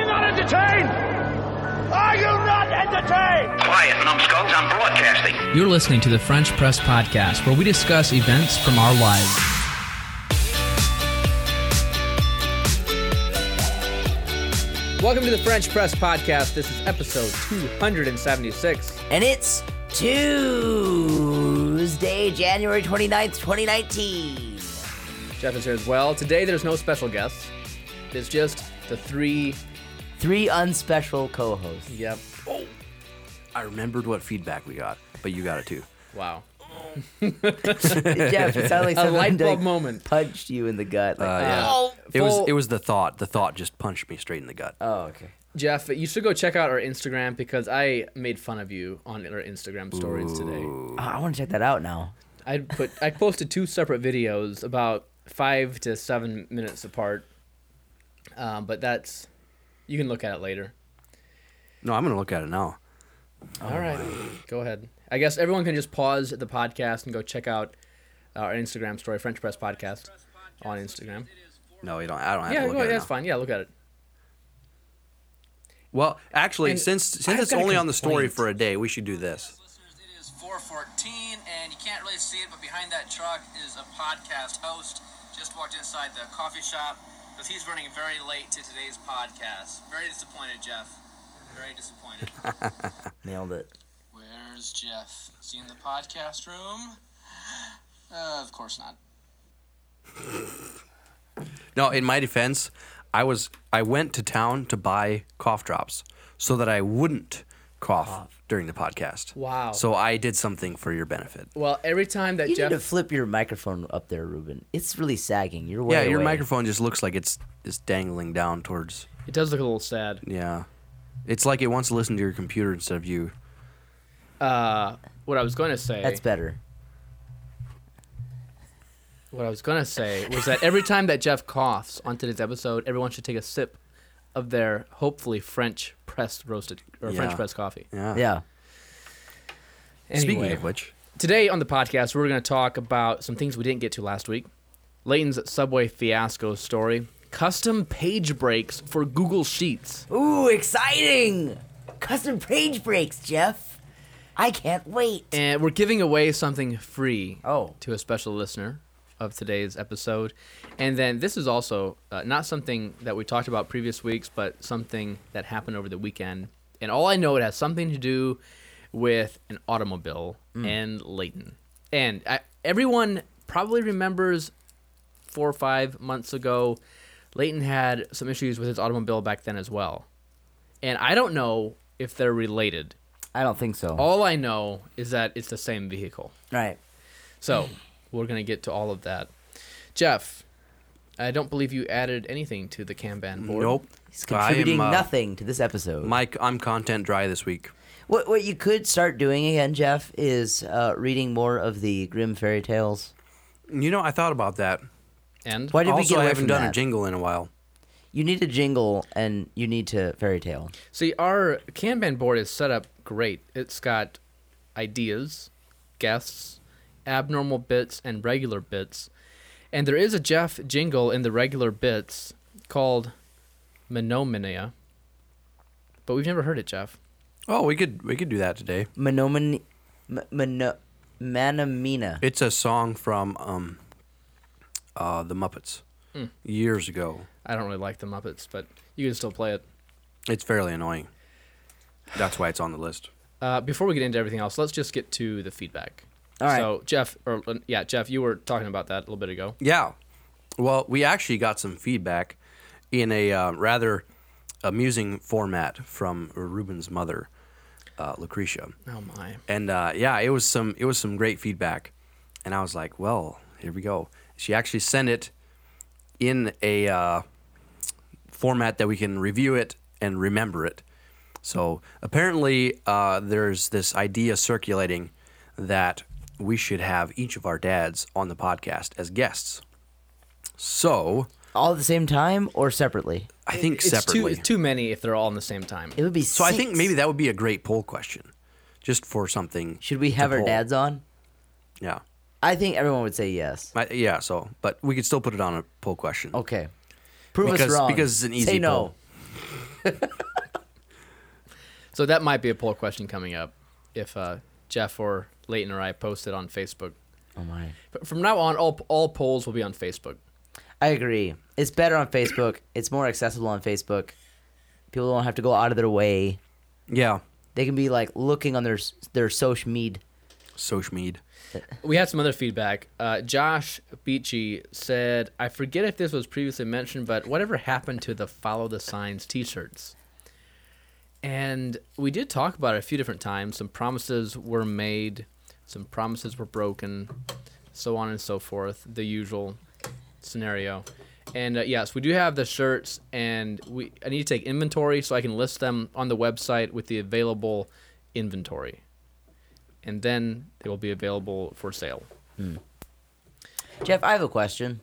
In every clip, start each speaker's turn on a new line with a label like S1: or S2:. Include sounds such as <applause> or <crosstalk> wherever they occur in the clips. S1: entertained? Are you not entertained?
S2: Quiet, numbskulls, I'm broadcasting.
S3: You're listening to the French Press Podcast, where we discuss events from our lives. Welcome to the French Press Podcast. This is episode 276.
S4: And it's Tuesday, January 29th, 2019.
S3: Jeff is here as well. Today, there's no special guests. It's just the three.
S4: Three unspecial
S3: <laughs>
S4: co hosts.
S3: Yep.
S5: I remembered what feedback we got, but you got it too.
S3: Wow.
S4: Jeff, it sounded
S3: A
S4: like someone
S3: light bulb
S4: like,
S3: moment.
S4: punched you in the gut. Like,
S3: Oh,
S5: It was
S3: full-
S5: it was the thought. The thought just punched me straight in the gut.
S4: oh, okay.
S3: Jeff, you should go check out our Instagram because I made fun of you on our Instagram stories today.
S4: Oh, I want to check that out now.
S3: I put I posted two separate videos about five to seven minutes apart. Um, but that's you can look at it later.
S5: No, I'm gonna look at it now. Oh,
S3: All right, go ahead. I guess everyone can just pause the podcast and go check out our Instagram story, French Press Podcast, on Instagram.
S5: No, you don't. I don't have
S3: Yeah,
S5: to look
S3: go,
S5: at it.
S3: that's
S5: now.
S3: fine. Yeah, look at it.
S5: Well, actually,
S3: And
S5: since since
S3: I've
S5: it's
S3: got a
S5: only on the story
S3: complaint.
S5: for a day, we should do this.
S6: Listeners, it is 414, and you can't really see it, but behind that truck is a podcast host. Just walked inside the coffee shop because he's running very late to today's podcast. Very disappointed, Jeff. Very disappointed.
S4: Nailed it.
S6: Where's Jeff? Is he in the podcast room? Uh, of course not.
S5: No, in my defense, I was I went to town to buy cough drops so that I wouldn't cough during the podcast.
S3: Wow.
S5: So I did something for your benefit.
S3: Well, every time that
S4: You
S3: Jeff,
S4: need to flip your microphone up there, Ruben. It's really sagging. You're way
S5: Yeah, your
S4: away.
S5: microphone just looks like it's it's dangling down towards.
S3: it does look a little sad.
S5: Yeah, it's like it wants to listen to your computer instead of you.
S3: Uh, what I was going to say,
S4: That's better.
S3: what I was going to say was that every time that Jeff coughs on today's episode, everyone should take a sip of their hopefully French pressed roasted or French
S5: Yeah.
S3: pressed coffee.
S5: Yeah.
S4: Yeah.
S5: Speaking
S3: Anyway.
S5: of which,
S3: Today on the podcast, we're going to talk about some things we didn't get to last week. Layton's subway fiasco story, custom page breaks for Google Sheets.
S4: Ooh, exciting! Custom page breaks, Jeff. I can't wait.
S3: And we're giving away something free
S4: Oh.
S3: to a special listener of today's episode. And then this is also uh, not something that we talked about previous weeks, but something that happened over the weekend. And all I know, it has something to do with an automobile and Leighton. And I, everyone probably remembers four or five months ago, Leighton had some issues with his automobile back then as well. And I don't know if they're related.
S4: I don't think so.
S3: All I know is that it's the same vehicle.
S4: right.
S3: So we're gonna get to all of that. Jeff, I don't believe you added anything to the Kanban board.
S5: nope.
S4: He's contributing
S5: I am, uh,
S4: nothing to this episode.
S5: Mike, I'm content dry this week.
S4: What what you could start doing again, Jeff, is uh, reading more of the grim fairy tales.
S5: You know, I thought about that.
S3: And
S4: Why did we
S5: also,
S4: get away
S5: I haven't
S4: from
S5: done a
S4: that?
S5: jingle in a while.
S4: You need a jingle and you need to fairy tale.
S3: see, our Kanban board is set up great. It's got ideas, guests, abnormal bits, and regular bits. And there is a Jeff jingle in the regular bits called Menomania. But we've never heard it, Jeff.
S5: Oh, we could we could do that today.
S4: Menomin, m- meno, manamina.
S5: It's a song from um, uh, the Muppets years ago.
S3: I don't really like the Muppets, but you can still play it.
S5: It's fairly annoying. That's why it's on the list.
S3: Uh, before we get into everything else, let's just get to the feedback.
S4: All right.
S3: So Jeff, or uh, yeah, Jeff, you were talking about that a little bit ago.
S5: Yeah. Well, we actually got some feedback in a uh, rather amusing format from Ruben's mother, uh, Lucretia.
S3: Oh my.
S5: and uh, yeah, it was some it was some great feedback, and I was like, well, here we go. She actually sent it in a uh, format that we can review it and remember it. So apparently, uh, there's this idea circulating that we should have each of our dads on the podcast as guests. So
S4: All at the same time or separately?
S5: I think
S3: It's too
S5: separately.
S3: it's too many if they're all in the same time.
S4: It would be.
S5: so I think maybe that would be a great poll question, just for something.
S4: should we
S5: to
S4: have our
S5: poll.
S4: dads on?
S5: Yeah.
S4: I think everyone would say yes.
S5: I, yeah, so but we could still put it on a poll question.
S4: Okay. Prove
S5: Because-
S4: us wrong.
S5: because it's an easy
S4: Say no.
S3: So that might be a poll question coming up if uh, Jeff or Leighton or I post it on Facebook.
S4: Oh my.
S3: But from now on, all, all polls will be on Facebook.
S4: I agree. It's better on Facebook. It's more accessible on Facebook. People don't have to go out of their way.
S5: Yeah.
S4: They can be like looking on their s- their social media.
S5: Social mead.
S3: We had some other feedback. Uh, Josh Beachy said, I forget if this was previously mentioned, but whatever happened to the Follow the Signs t shirts? And we did talk about it a few different times. Some promises were made, some promises were broken, so on and so forth. The usual scenario. And uh, yes, we do have the shirts, and we I need to take inventory so I can list them on the website with the available inventory and then they will be available for sale.
S4: Jeff, I have a question.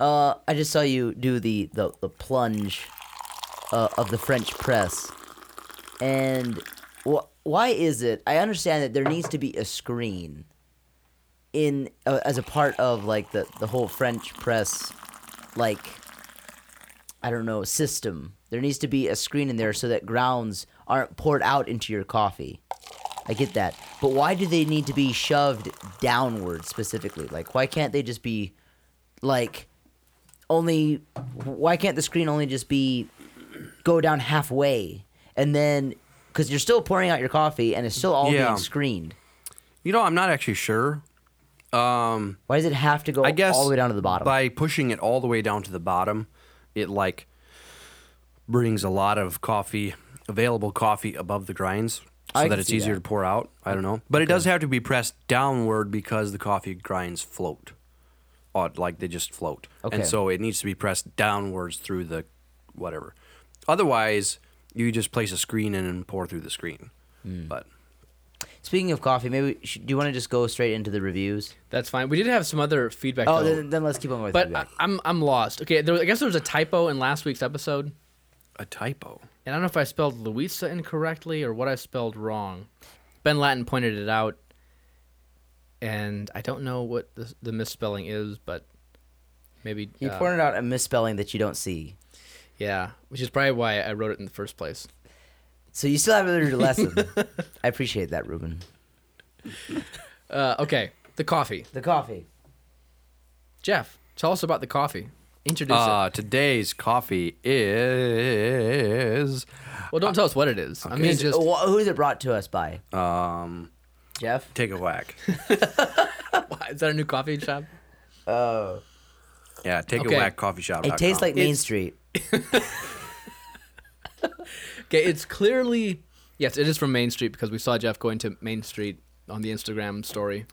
S4: Uh, I just saw you do the the, the plunge uh, of the French press, and wh- why is it? I understand that there needs to be a screen in uh, as a part of like the the whole French press, like I don't know system. There needs to be a screen in there so that grounds aren't poured out into your coffee. I get that. But why do they need to be shoved downward specifically? Like, why can't they just be, like, only. Why can't the screen only just be go down halfway? And then. Because you're still pouring out your coffee and it's still all
S5: Yeah.
S4: being screened.
S5: You know, I'm not actually sure.
S4: Why does it have to go
S5: I guess
S4: all the way down to the bottom?
S5: By pushing it all the way down to the bottom, it like brings a lot of coffee, available coffee above the grinds,
S4: I
S5: so that
S4: can
S5: it's
S4: see
S5: easier
S4: that.
S5: to pour out. I don't know, but it does have to be pressed downward because the coffee grinds float, Or, like they just float,
S4: Okay.
S5: and so it needs to be pressed downwards through the whatever. Otherwise, you just place a screen in and pour through the screen.
S4: Hmm.
S5: But
S4: Speaking of coffee, maybe. Sh- do you want to just go straight into the reviews?
S3: That's fine. We did have some other feedback,
S4: Oh,
S3: though,
S4: then, then let's keep on with
S3: but I,
S4: feedback.
S3: I'm I'm lost. Okay, there, I guess there was a typo in last week's episode, and
S5: a typo.
S3: I don't know if I spelled Luisa incorrectly or what I spelled wrong. Ben Latin pointed it out, and I don't know what the, the misspelling is, but maybe
S4: He
S3: uh,
S4: pointed out a misspelling that you don't see.
S3: yeah, which is probably why I wrote it in the first place.
S4: So you still haven't learned your <laughs> lesson. I appreciate that, Ruben.
S3: Uh, okay, the coffee.
S4: The coffee.
S3: Jeff, tell us about the coffee. Introduce
S5: Uh, today's coffee is
S3: it. Well, don't tell us what it is. I
S4: <laughs>
S3: mean,
S4: Is-
S3: just
S4: wh- who is it brought to us by? Um, Jeff.
S5: take a whack.
S3: <laughs> is that a new coffee shop?
S5: Yeah, take
S3: Okay.
S5: a whack coffee shop.
S4: It tastes like Main Street.
S3: Okay, it's clearly yes, it is from Main Street because we saw Jeff going to Main Street on the Instagram story.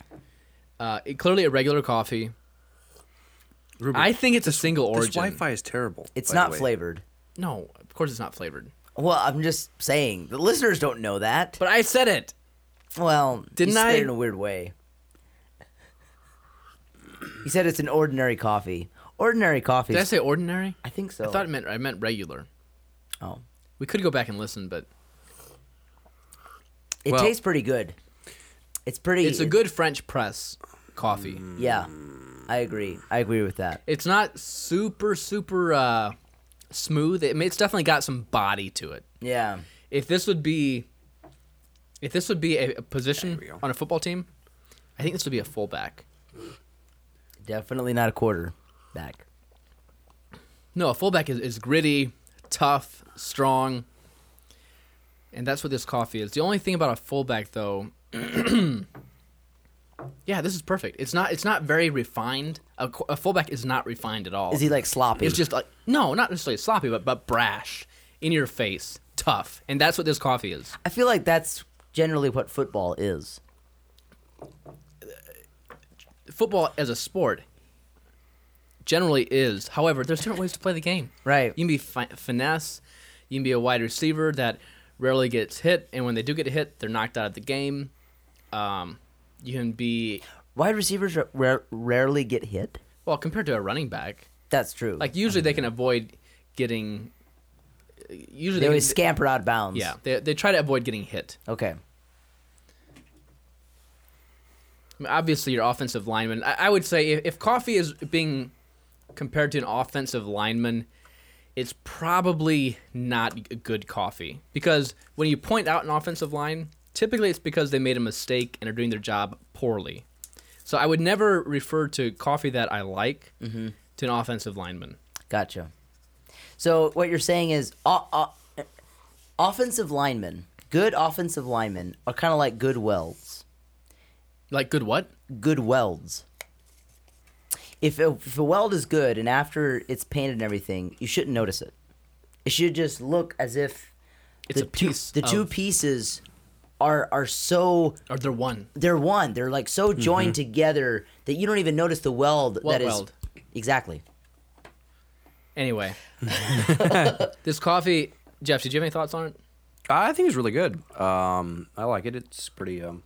S3: Uh, it, clearly a regular coffee.
S5: Ruben,
S3: I think it's a single
S5: this
S3: origin.
S5: Wi-Fi is terrible.
S4: It's
S5: by the
S4: not
S5: way.
S4: flavored.
S3: No, of course it's not flavored.
S4: Well, I'm just saying the listeners don't know that.
S3: But I said it.
S4: well,
S3: Didn't
S4: you said
S3: I-
S4: it in a weird way? He said it's an ordinary coffee. Ordinary coffee.
S3: Did I say ordinary?
S4: I think so.
S3: I thought it meant I meant regular.
S4: oh,
S3: We could go back and listen, but
S4: it
S5: Well-
S4: tastes pretty good. It's pretty.
S3: it's a good French press coffee.
S5: Mm.
S4: Yeah, I agree. I agree with that.
S3: It's not super super uh, smooth. It, it's definitely got some body to it.
S4: Yeah.
S3: if this would be if this would be a, a position
S5: we go.
S3: on a football team, I think this would be a fullback.
S4: Definitely not a quarter back.
S3: No, a fullback is, is gritty, tough, strong. And that's what this coffee is. The only thing about a fullback though <clears throat> Yeah, this is perfect. It's not it's not very refined. A, qu- a fullback is not refined at all.
S4: Is he like sloppy?
S3: It's just like no, not necessarily sloppy, but but brash, in your face, tough. And that's what this coffee is.
S4: I feel like that's generally what football is.
S3: football as a sport generally is. However, there's different ways to play the game.
S4: Right.
S3: You can be fi- finesse. You can be a wide receiver that rarely gets hit, and when they do get hit, they're knocked out of the game. Um, you can be
S4: Wide receivers ra- rare, rarely get hit.
S3: well compared to a running back.
S4: That's true.
S3: Like usually they can avoid getting. uh, Usually
S4: they
S3: can-
S4: always scamper out of bounds.
S3: Yeah, they, they try to avoid getting hit.
S4: Okay.
S3: I mean, obviously your offensive lineman. I, I would say if, if Coffee is being compared to an offensive lineman, it's probably not g- good coffee because when you point out an offensive line, typically it's because they made a mistake and are doing their job poorly. So I would never refer to coffee that I like to an offensive lineman.
S4: Gotcha. So what you're saying is, o- o- offensive linemen, good offensive linemen are kind of like good welds.
S3: Like good what?
S4: Good welds. If a, if a weld is good and after it's painted and everything, you shouldn't notice it. It should just look as if
S3: It's
S4: the
S3: a piece.
S4: Two, the two
S3: of-
S4: pieces are are so
S3: or they're one.
S4: they're one. They're like so joined together that you don't even notice the weld
S3: Mm-hmm. What
S4: that is
S3: weld?
S4: exactly.
S3: Anyway, this coffee, Jeff. Did you have any thoughts on it?
S5: I think it's really good. Um, I like it. It's pretty. Um,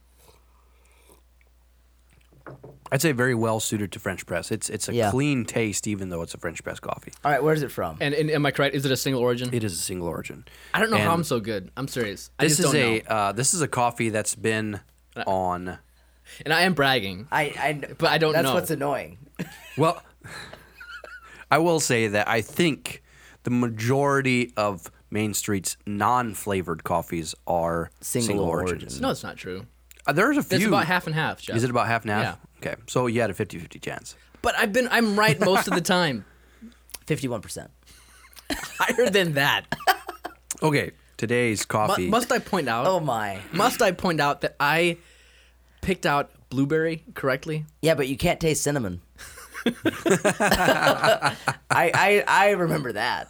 S5: I'd say very well suited to French press. It's it's a
S4: Yeah.
S5: clean taste, even though it's a French press coffee.
S4: All right, where's it from?
S3: And, and am I correct? Is it a single origin?
S5: It is a single origin.
S3: I don't know how
S5: And
S3: I'm so good. I'm serious. I
S5: This
S3: just
S5: is
S3: don't
S5: a
S3: know.
S5: uh, this is a coffee that's been on.
S3: And I am bragging.
S4: I, I but
S3: I don't
S4: That's
S3: know.
S4: what's annoying.
S5: Well, <laughs> I will say that I think the majority of Main Street's non-flavored coffees are
S4: Single
S5: single,
S4: origin.
S5: origins.
S3: No, it's not true.
S5: Uh, there's a few.
S3: It's about half and half, Jeff.
S5: Is it about half and half? Okay, so you had a 50-50 chance.
S3: But I've been I'm right most of the time.
S5: <laughs>
S4: Fifty-one percent.
S3: Higher than that.
S5: Okay, today's
S3: But
S5: coffee.
S3: must I point out?
S4: Oh my.
S3: Must I point out that I picked out blueberry correctly?
S4: Yeah, but you can't taste
S5: <laughs>
S4: cinnamon. <laughs> I, I I remember that.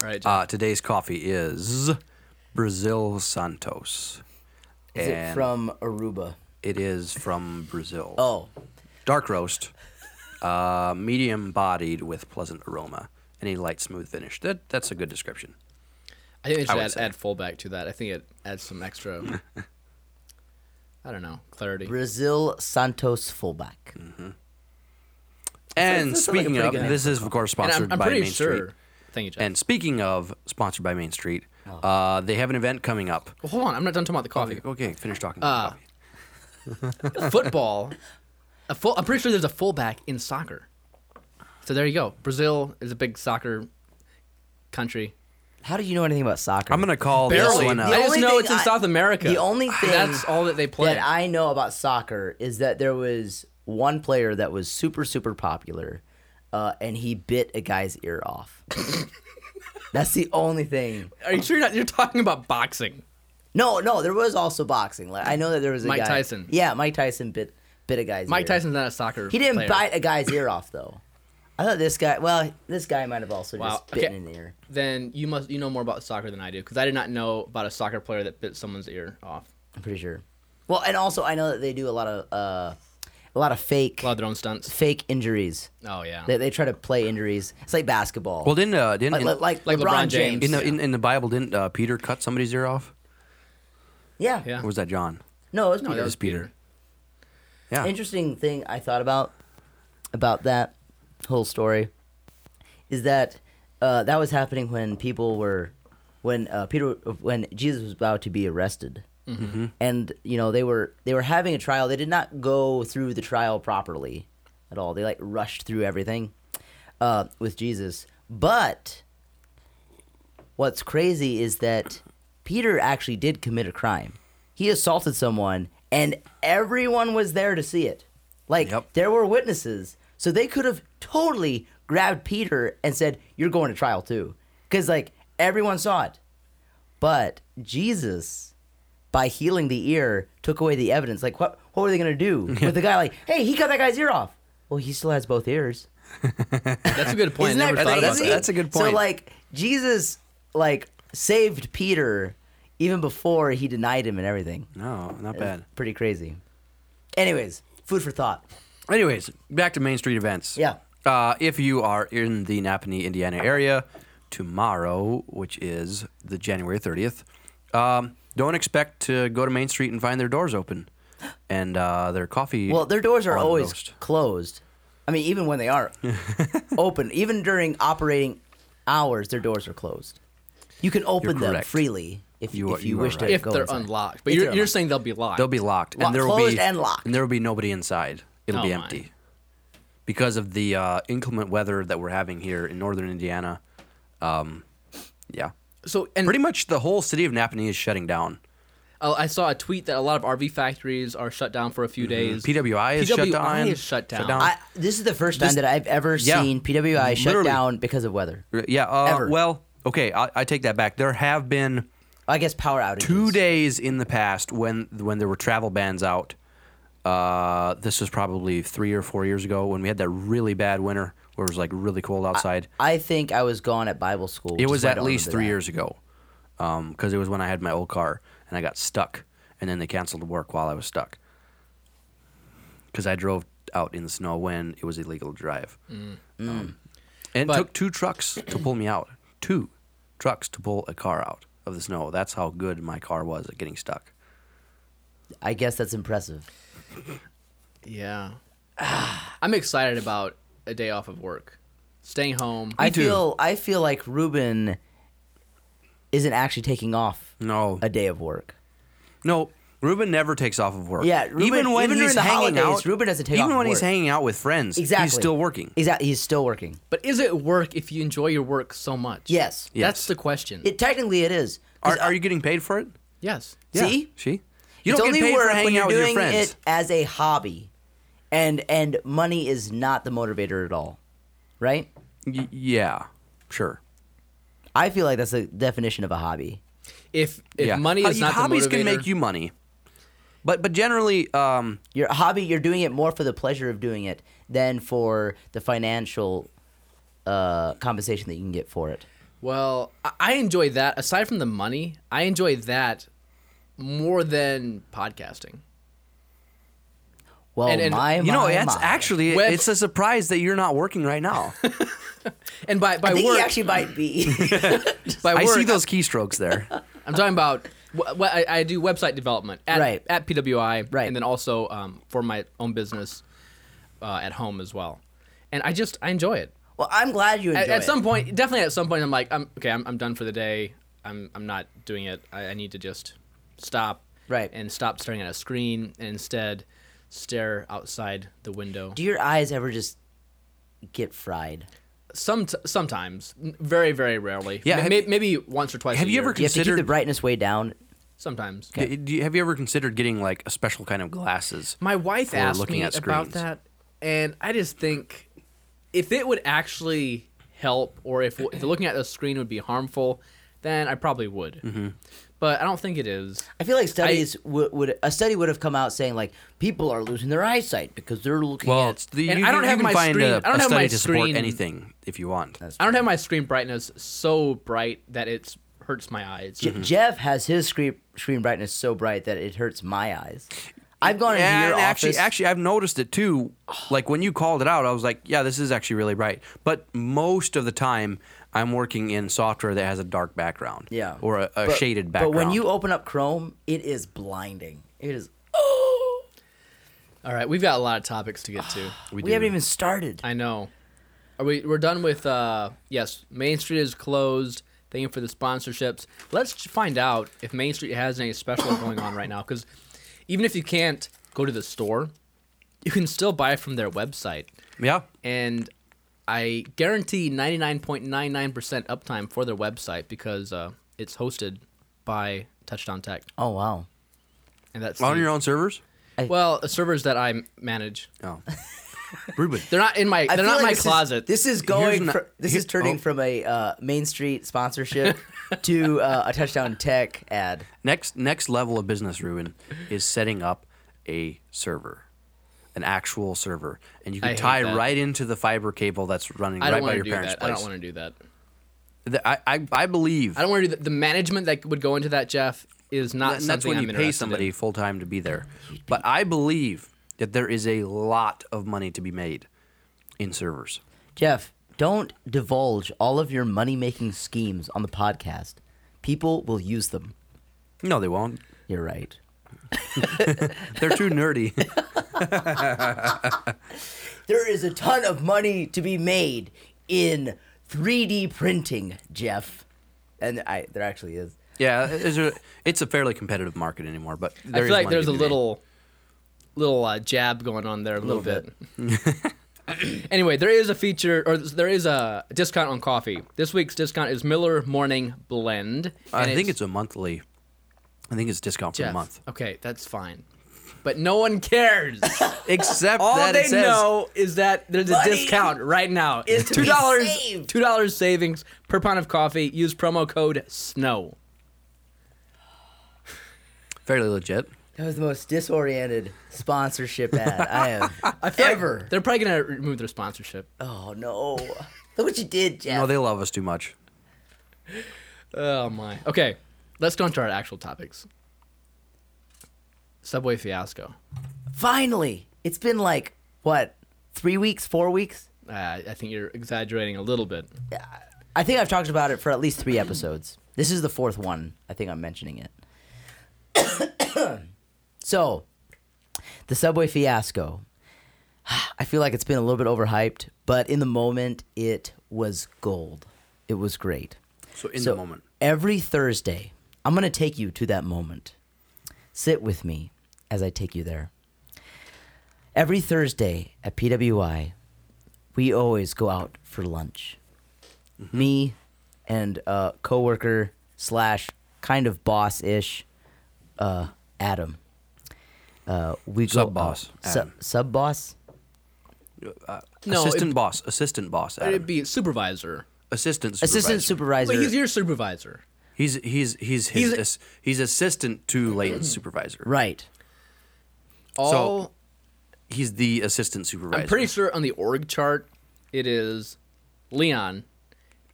S3: All right. Jeff.
S5: Uh, today's coffee is Brazil Santos.
S4: Is it
S5: And
S4: from Aruba?
S5: It is from Brazil.
S4: Oh,
S5: Dark roast, uh, medium bodied with pleasant aroma, and a light smooth finish. That that's a good description.
S3: I think they
S5: I
S3: should
S5: would
S3: add,
S5: say.
S3: add fullback to that. I think it adds some
S5: <laughs>
S3: extra. I don't know clarity.
S4: Brazil Santos fullback. this
S5: And
S4: is like a
S5: speaking
S4: pretty
S5: of,
S4: good
S5: this is of course
S3: And
S5: sponsored
S3: I'm, I'm
S5: by
S3: pretty
S5: Main
S3: sure.
S5: Street.
S3: Thank you, Jeff.
S5: And speaking of sponsored by Main Street,
S3: Oh.
S5: uh, they have an event coming up.
S3: Well, hold on, I'm not done talking about the coffee.
S5: Okay, finish talking. About
S3: Uh,
S5: the coffee.
S3: Football. A full, I'm pretty sure there's a fullback in soccer. So there you go. Brazil is a big soccer country.
S4: How do you know anything about soccer?
S5: I'm gonna call this
S3: Barely.
S5: one.
S3: I
S5: Uh,
S4: The
S3: just
S4: only
S3: know
S4: thing
S3: it's in
S4: I-
S3: South America. Ah,
S4: the only thing
S3: that's all that they play.
S4: that I know about soccer is that there was one player that was super super popular, uh, and he bit a guy's ear
S5: <laughs>
S4: off. That's the only thing.
S3: Are you sure you're, not, you're talking about boxing?
S4: No, no, there was also boxing. Like I know that there was a
S3: Mike
S4: guy-
S3: Tyson.
S4: Yeah, Mike Tyson bit bit a guy's.
S3: Mike
S4: ear.
S3: Tyson's not a soccer.
S4: He didn't
S3: player.
S4: bite a guy's ear off though. I thought this guy. Well, this guy might have also
S3: Wow,
S4: just bitten
S3: okay.
S4: an ear.
S3: Then you must you know more about soccer than I do because I did not know about a soccer player that bit someone's ear off.
S4: I'm pretty sure. Well, and also I know that they do a lot of uh, a lot of fake
S3: A lot of their own stunts.
S4: fake injuries.
S3: Oh yeah.
S4: They, they try to play injuries. It's like basketball.
S5: well, didn't uh, didn't
S4: like, like, like
S3: Like
S4: LeBron,
S3: LeBron
S4: James.
S3: James.
S5: in the in, in the Bible didn't uh, Peter cut somebody's ear off?
S4: yeah.
S3: Yeah.
S5: Or was that John?
S4: No, it's
S3: No, that was
S5: Peter.
S3: Peter.
S5: Yeah.
S4: interesting thing I thought about about that whole story is that uh, that was happening when people were when uh, Peter when Jesus was about to be arrested, and you know they were they were having a trial. They did not go through the trial properly at all. They like rushed through everything uh, with Jesus, but what's crazy is that Peter actually did commit a crime. He assaulted someone, and everyone was there to see it. Like
S5: Yep.
S4: there were witnesses, so they could have totally grabbed Peter and said, "You're going to trial too," because like everyone saw it. But Jesus, by healing the ear, took away the evidence. Like what? What were they gonna do with the guy? Like, hey, he cut that guy's ear off. Well, he still has both ears.
S3: That's a good point.
S4: Isn't
S3: I never
S4: that
S3: thought
S4: crazy?
S3: about
S5: that. That's a good
S4: So
S5: point.
S4: like Jesus like saved Peter even before he denied him and everything.
S5: No, not bad.
S4: Pretty crazy. Anyways, food for thought.
S5: Anyways, back to Main Street events.
S4: Yeah.
S5: Uh, if you are in the Napanee, Indiana area tomorrow, which is the January 30th, um, don't expect to go to Main Street and find their doors open <gasps> and uh, their coffee.
S4: Well, their doors are
S5: on
S4: always
S5: roast.
S4: closed. I mean, even when they
S5: <laughs>
S4: are open, even during operating hours, their doors are closed. You can open them
S5: correct.
S4: freely if you,
S5: You are-
S4: if you,
S5: you are
S4: wish to
S5: right.
S3: if
S4: go
S3: they're
S4: inside.
S3: unlocked. But
S4: If
S3: you're,
S4: they're
S3: you're
S4: unlocked.
S3: saying they'll be locked.
S5: They'll be locked.
S4: Locked,
S5: and there will
S4: closed
S5: be
S4: and locked.
S5: There will be nobody inside. It'll
S3: Oh,
S5: be
S3: my.
S5: empty. because of the uh, inclement weather that we're having here in northern Indiana. Um, yeah,
S3: So and
S5: pretty much the whole city of Napanee is shutting down.
S3: uh, I saw a tweet that a lot of RV factories are shut down for a few
S5: Mm-hmm.
S3: days.
S5: PWI is shut
S3: PWI
S5: down.
S3: is shut down.
S4: I, this is the first time that I've ever
S5: yeah,
S4: seen PWI shut
S5: literally.
S4: down because of weather.
S5: Yeah. Uh,
S4: Ever.
S5: Well, okay, I, I take that back. There have been
S4: I guess power outages.
S5: two days in the past when when there were travel bans out. Uh, this was probably three or four years ago when we had that really bad winter where it was like really cold outside.
S4: I think I was gone at Bible school. which
S5: it
S4: is
S5: was
S4: why I
S5: at
S4: don't
S5: least
S4: remember
S5: three
S4: that.
S5: years ago because it was when I had my old car and I got stuck and then they canceled work while I was stuck because I drove out in the snow when it was illegal to drive.
S4: Mm.
S5: Um, and it
S3: But-
S5: took two trucks to pull me out. Two trucks to pull a car out of the snow. That's how good my car was at getting stuck.
S4: I guess that's impressive.
S3: yeah. <sighs> I'm excited about a day off of work, staying home.
S4: I feel I feel like Ruben isn't actually taking off
S5: No,
S4: a day of work.
S5: no. Ruben never takes off of work.
S4: Yeah, Reuben-
S5: even when
S4: even during
S5: he's
S4: the
S5: hanging
S4: holidays,
S5: out,
S4: Reuben doesn't take
S5: even
S4: off
S5: when he's
S4: work.
S5: hanging out with friends.
S4: Exactly.
S5: he's still working.
S4: Exactly. He's still working.
S3: but is it work if you enjoy your work so much?
S4: Yes.
S5: Yeah.
S3: That's the question.
S4: It technically it is. 'Cause
S5: Are, are you getting paid for it?
S3: yes.
S5: Yeah,
S4: See?
S5: she. You
S4: it's
S5: don't
S4: only
S5: get paid
S4: work
S5: for hanging
S4: when you're
S5: out
S4: doing
S5: with your friends.
S4: it as a hobby, and and money is not the motivator at all, right?
S5: Y- yeah, sure.
S4: I feel like that's the definition of a hobby.
S3: If if
S5: yeah.
S3: money
S5: Ho-
S3: is not
S5: hobbies
S3: the motivator,
S5: can make you money, but but generally, um,
S4: Your hobby, you're doing it more for the pleasure of doing it than for the financial uh, compensation that you can get for it.
S3: Well, I- I enjoy that. Aside from the money, I enjoy that more than podcasting.
S4: Well,
S3: And- and,
S4: my,
S5: you know,
S4: my,
S5: it's
S4: my.
S5: actually
S3: Web-
S5: it's a surprise that you're not working
S3: <laughs>
S5: right now.
S3: And by by
S4: I think
S3: work,
S4: he actually might
S5: <laughs>
S4: be.
S3: by
S5: I
S3: work,
S5: see those
S3: <laughs>
S5: keystrokes there.
S3: I'm talking about. wh- wh- I, I do website development at,
S4: Right.
S3: at PWI,
S4: Right.
S3: and then also um, for my own business uh, at home as well. And I just I enjoy it.
S4: well, I'm glad you enjoy
S3: At, at
S4: it.
S3: some point, definitely at some point, I'm like, I'm okay. I'm, I'm done for the day. I'm I'm not doing it. I, I need to just stop.
S4: Right.
S3: And stop staring at a screen and instead stare outside the window.
S4: Do your eyes ever just get fried?
S3: Some sometimes, N- very very rarely.
S5: Yeah,
S3: M-
S5: have
S3: may-
S5: you-
S3: maybe once or twice.
S5: have
S3: a
S5: you
S3: year.
S5: ever
S4: You have to keep the
S5: Considered-
S4: brightness way down.
S3: Sometimes.
S5: D- do you- have you ever considered getting like a special kind of glasses?
S3: My wife
S5: for
S3: asked
S5: looking
S3: me
S5: at
S3: about
S5: screens?
S3: that, and I just think if it would actually help, or if, if looking at the screen would be harmful, then I probably would.
S5: Mm-hmm.
S3: But I don't think it is.
S4: I feel like studies would, would a study would have come out saying like people are losing their eyesight because they're looking at
S5: Well, it's the, you,
S3: And I don't
S5: you
S3: have
S5: can
S3: my
S5: find
S3: screen-
S5: A,
S3: I don't
S5: a
S3: have my
S5: study to support
S3: screen-
S5: anything if you want.
S3: I don't have my screen brightness so bright that it hurts my eyes.
S5: mm-hmm.
S4: Je- Jeff has his screen screen brightness so bright that it hurts my eyes. I've gone into
S5: Yeah,
S4: your
S5: and actually,
S4: office.
S5: actually, I've noticed it too. Like when you called it out, I was like, "Yeah, this is actually really bright." But most of the time, I'm working in software that has a dark background,
S4: yeah,
S5: or a, a
S4: But-
S5: shaded background.
S4: But when you open up Chrome, it is blinding. It is.
S3: All right, we've got a lot of topics to <sighs>
S5: <sighs>
S3: get to.
S4: We,
S5: do.
S4: haven't even started.
S3: I know. Are we? We're done with. Uh, yes, Main Street is closed. Thank you for the sponsorships. Let's ch- find out if Main Street has any
S4: <coughs>
S3: special going on right now. Because even if you can't go to the store, you can still buy from their website.
S5: yeah,
S3: And I guarantee 99.99% uptime for their website because uh, it's hosted by Touchdown Tech,
S4: oh wow.
S3: and that's
S5: on
S3: the-
S5: your own servers,
S3: well the servers that I manage. <laughs>
S5: oh, Ruben,
S3: They're not in my. They're not
S4: feel like
S3: my
S4: this is-
S3: closet.
S4: this is going.
S5: an-
S4: fr- this
S5: here-
S4: is turning
S5: oh.
S4: from a uh, Main
S3: <laughs>
S4: Street sponsorship to uh, a touchdown tech ad.
S5: next next level of business, Ruben, is setting up a server, an actual server, and you
S3: I
S5: can
S3: hate
S5: tie
S3: that.
S5: right into the fiber cable that's running
S3: I
S5: right
S3: don't
S5: by
S3: want to
S5: your
S3: do
S5: parents'
S3: that. I
S5: place.
S3: don't want to do that.
S5: The- I, I, I believe.
S3: I don't want to do the, the management that would go into that, Jeff, is not
S5: and
S3: something
S5: that's when
S3: I'm
S5: you
S3: interested
S5: pay
S3: in.
S5: somebody full time to be there. But I believe that there is a lot of money to be made in servers.
S4: Jeff, don't divulge all of your money making schemes on the podcast. People will use them.
S5: No, they won't.
S4: You're right.
S5: They're
S3: <laughs>
S5: too nerdy.
S4: There is a ton of money to be made in 3D printing, Jeff. And I, there actually is.
S5: yeah, it's a, it's a fairly competitive market anymore. But
S3: I
S5: there
S3: feel
S5: is
S3: like
S5: money to
S3: there's a
S5: be made.
S3: little, little uh, jab going on there a little, bit. <laughs> Anyway, there is a feature or there is a discount on coffee. This week's discount is Miller Morning Blend.
S5: I
S3: and
S5: think it's a monthly. I think it's discount for
S3: Jeff,
S5: a month.
S3: Okay, that's fine. But no one
S5: <laughs>
S3: cares.
S5: Except
S3: All
S5: that
S3: they
S5: it says
S3: know is that there's a discount right now. It's
S4: to
S3: two
S4: be
S3: dollars,
S4: saved.
S3: two dollars savings per pound of coffee. Use promo code SNOW.
S5: fairly legit.
S4: That was the most disoriented
S5: <laughs>
S4: sponsorship ad I have ever.
S3: They're probably gonna remove their sponsorship.
S4: oh no! Look what you did, Jeff.
S5: No, they love us too much.
S3: Oh my. Okay, let's go into our actual topics. Subway fiasco.
S4: Finally, it's been like what three weeks, four weeks.
S3: Uh, I think you're exaggerating a little bit.
S4: I think I've talked about it for at least three episodes. This is the fourth one. I think I'm mentioning it. <coughs> so, the subway fiasco. <sighs> I feel like it's been a little bit overhyped, but in the moment, it was gold. It was great.
S5: So in
S4: So
S5: the moment,
S4: Every Thursday, I'm going to take you to that moment. Sit with me as I take you there. Every Thursday at PWI, we always go out for lunch.
S5: Mm-hmm.
S4: Me and uh, coworker slash kind of boss ish uh, Adam. Uh, we go
S5: Sub-boss,
S4: Sub
S5: Adam.
S4: boss.
S3: No,
S5: assistant
S3: it'd-
S5: boss, assistant boss, Adam.
S3: It'd be supervisor.
S5: assistant supervisor.
S4: Assistant supervisor.
S3: But he's your supervisor.
S5: He's he's he's his
S3: He's-
S5: ass- he's assistant to Layton's supervisor.
S4: right.
S3: All
S5: He's the assistant supervisor.
S3: I'm pretty sure on the org chart, it is Leon.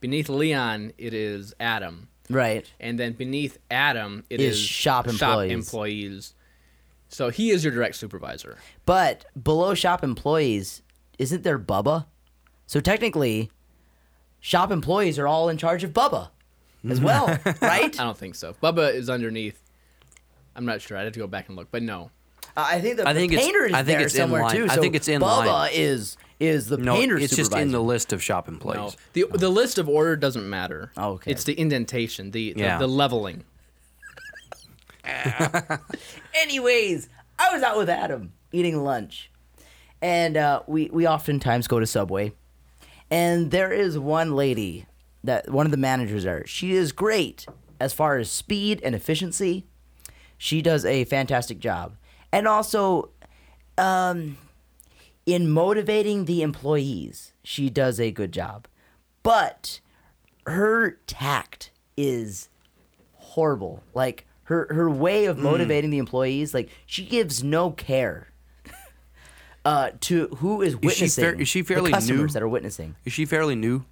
S3: Beneath Leon, it is Adam,
S4: Right.
S3: and then beneath Adam, it
S4: Is
S3: is,
S4: shop employees.
S3: employees. So he is your direct supervisor.
S4: But below shop employees, isn't there Bubba? So technically, shop employees are all in charge of Bubba as
S5: Hmm. <laughs>
S4: well, right?
S3: I don't think so. Bubba is underneath. I'm not sure. I'd have to go back and look, but no.
S4: I think the
S5: I think it's-
S4: painter is
S5: I think
S4: there
S5: it's in
S4: somewhere
S5: line.
S4: too.
S5: I
S4: so
S5: think it's in
S4: Bubba
S5: line.
S4: is is the
S5: no,
S4: painter
S5: it's just
S4: supervisor.
S5: in the list of shop employees.
S3: No. The the list of order doesn't matter.
S4: Oh, okay.
S3: It's the indentation, the the,
S5: Yeah.
S3: the leveling.
S4: Anyways, I was out with Adam eating lunch, and uh, we we oftentimes go to Subway, and there is one lady that one of the managers there. She is great as far as speed and efficiency. She does a fantastic job, and also, um, in motivating the employees, she does a good job. But her tact is horrible. Like her her way
S5: Mm.
S4: of motivating the employees, like she gives no care <laughs> uh, to who is
S5: Is she
S4: witnessing.
S5: fair- is she
S4: the
S5: fairly new?
S4: customers that are witnessing
S5: Is she fairly new?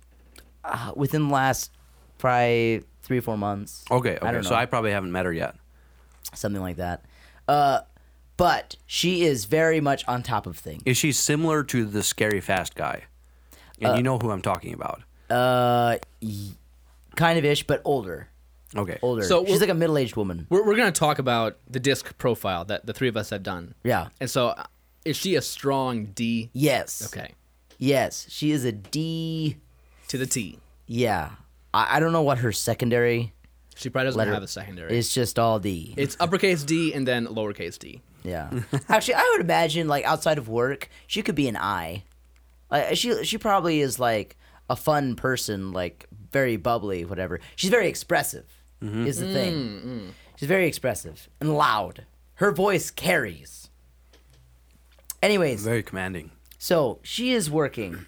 S4: uh, within the last probably three or four months.
S5: Okay, okay.
S4: I don't know,
S5: so I probably haven't met her yet.
S4: something like that. Uh, but she is very much on top of things.
S5: Is she similar to the scary fast guy?
S4: Uh,
S5: And you know who I'm talking about.
S4: kind of ish, but older.
S5: Okay.
S4: Older.
S3: So
S4: So she's
S3: we're-
S4: like a middle aged woman.
S3: We're we're gonna talk about the disc profile that the three of us have done.
S4: Yeah.
S3: And so, uh, is she a strong D?
S4: Yes.
S3: Okay.
S4: Yes. She is a D.
S3: To the T.
S4: Yeah. I, I don't know what her secondary.
S3: She probably doesn't
S4: Letter
S3: have a secondary.
S4: It's just all D.
S3: It's uppercase D and then lowercase D.
S4: yeah. <laughs> Actually, I would imagine like outside of work, she could be an I. Like she she probably is like a fun person, like very bubbly, whatever. She's very expressive. Is the thing. She's very expressive and loud. Her voice carries. Anyways,
S5: Very commanding.
S4: So she is working.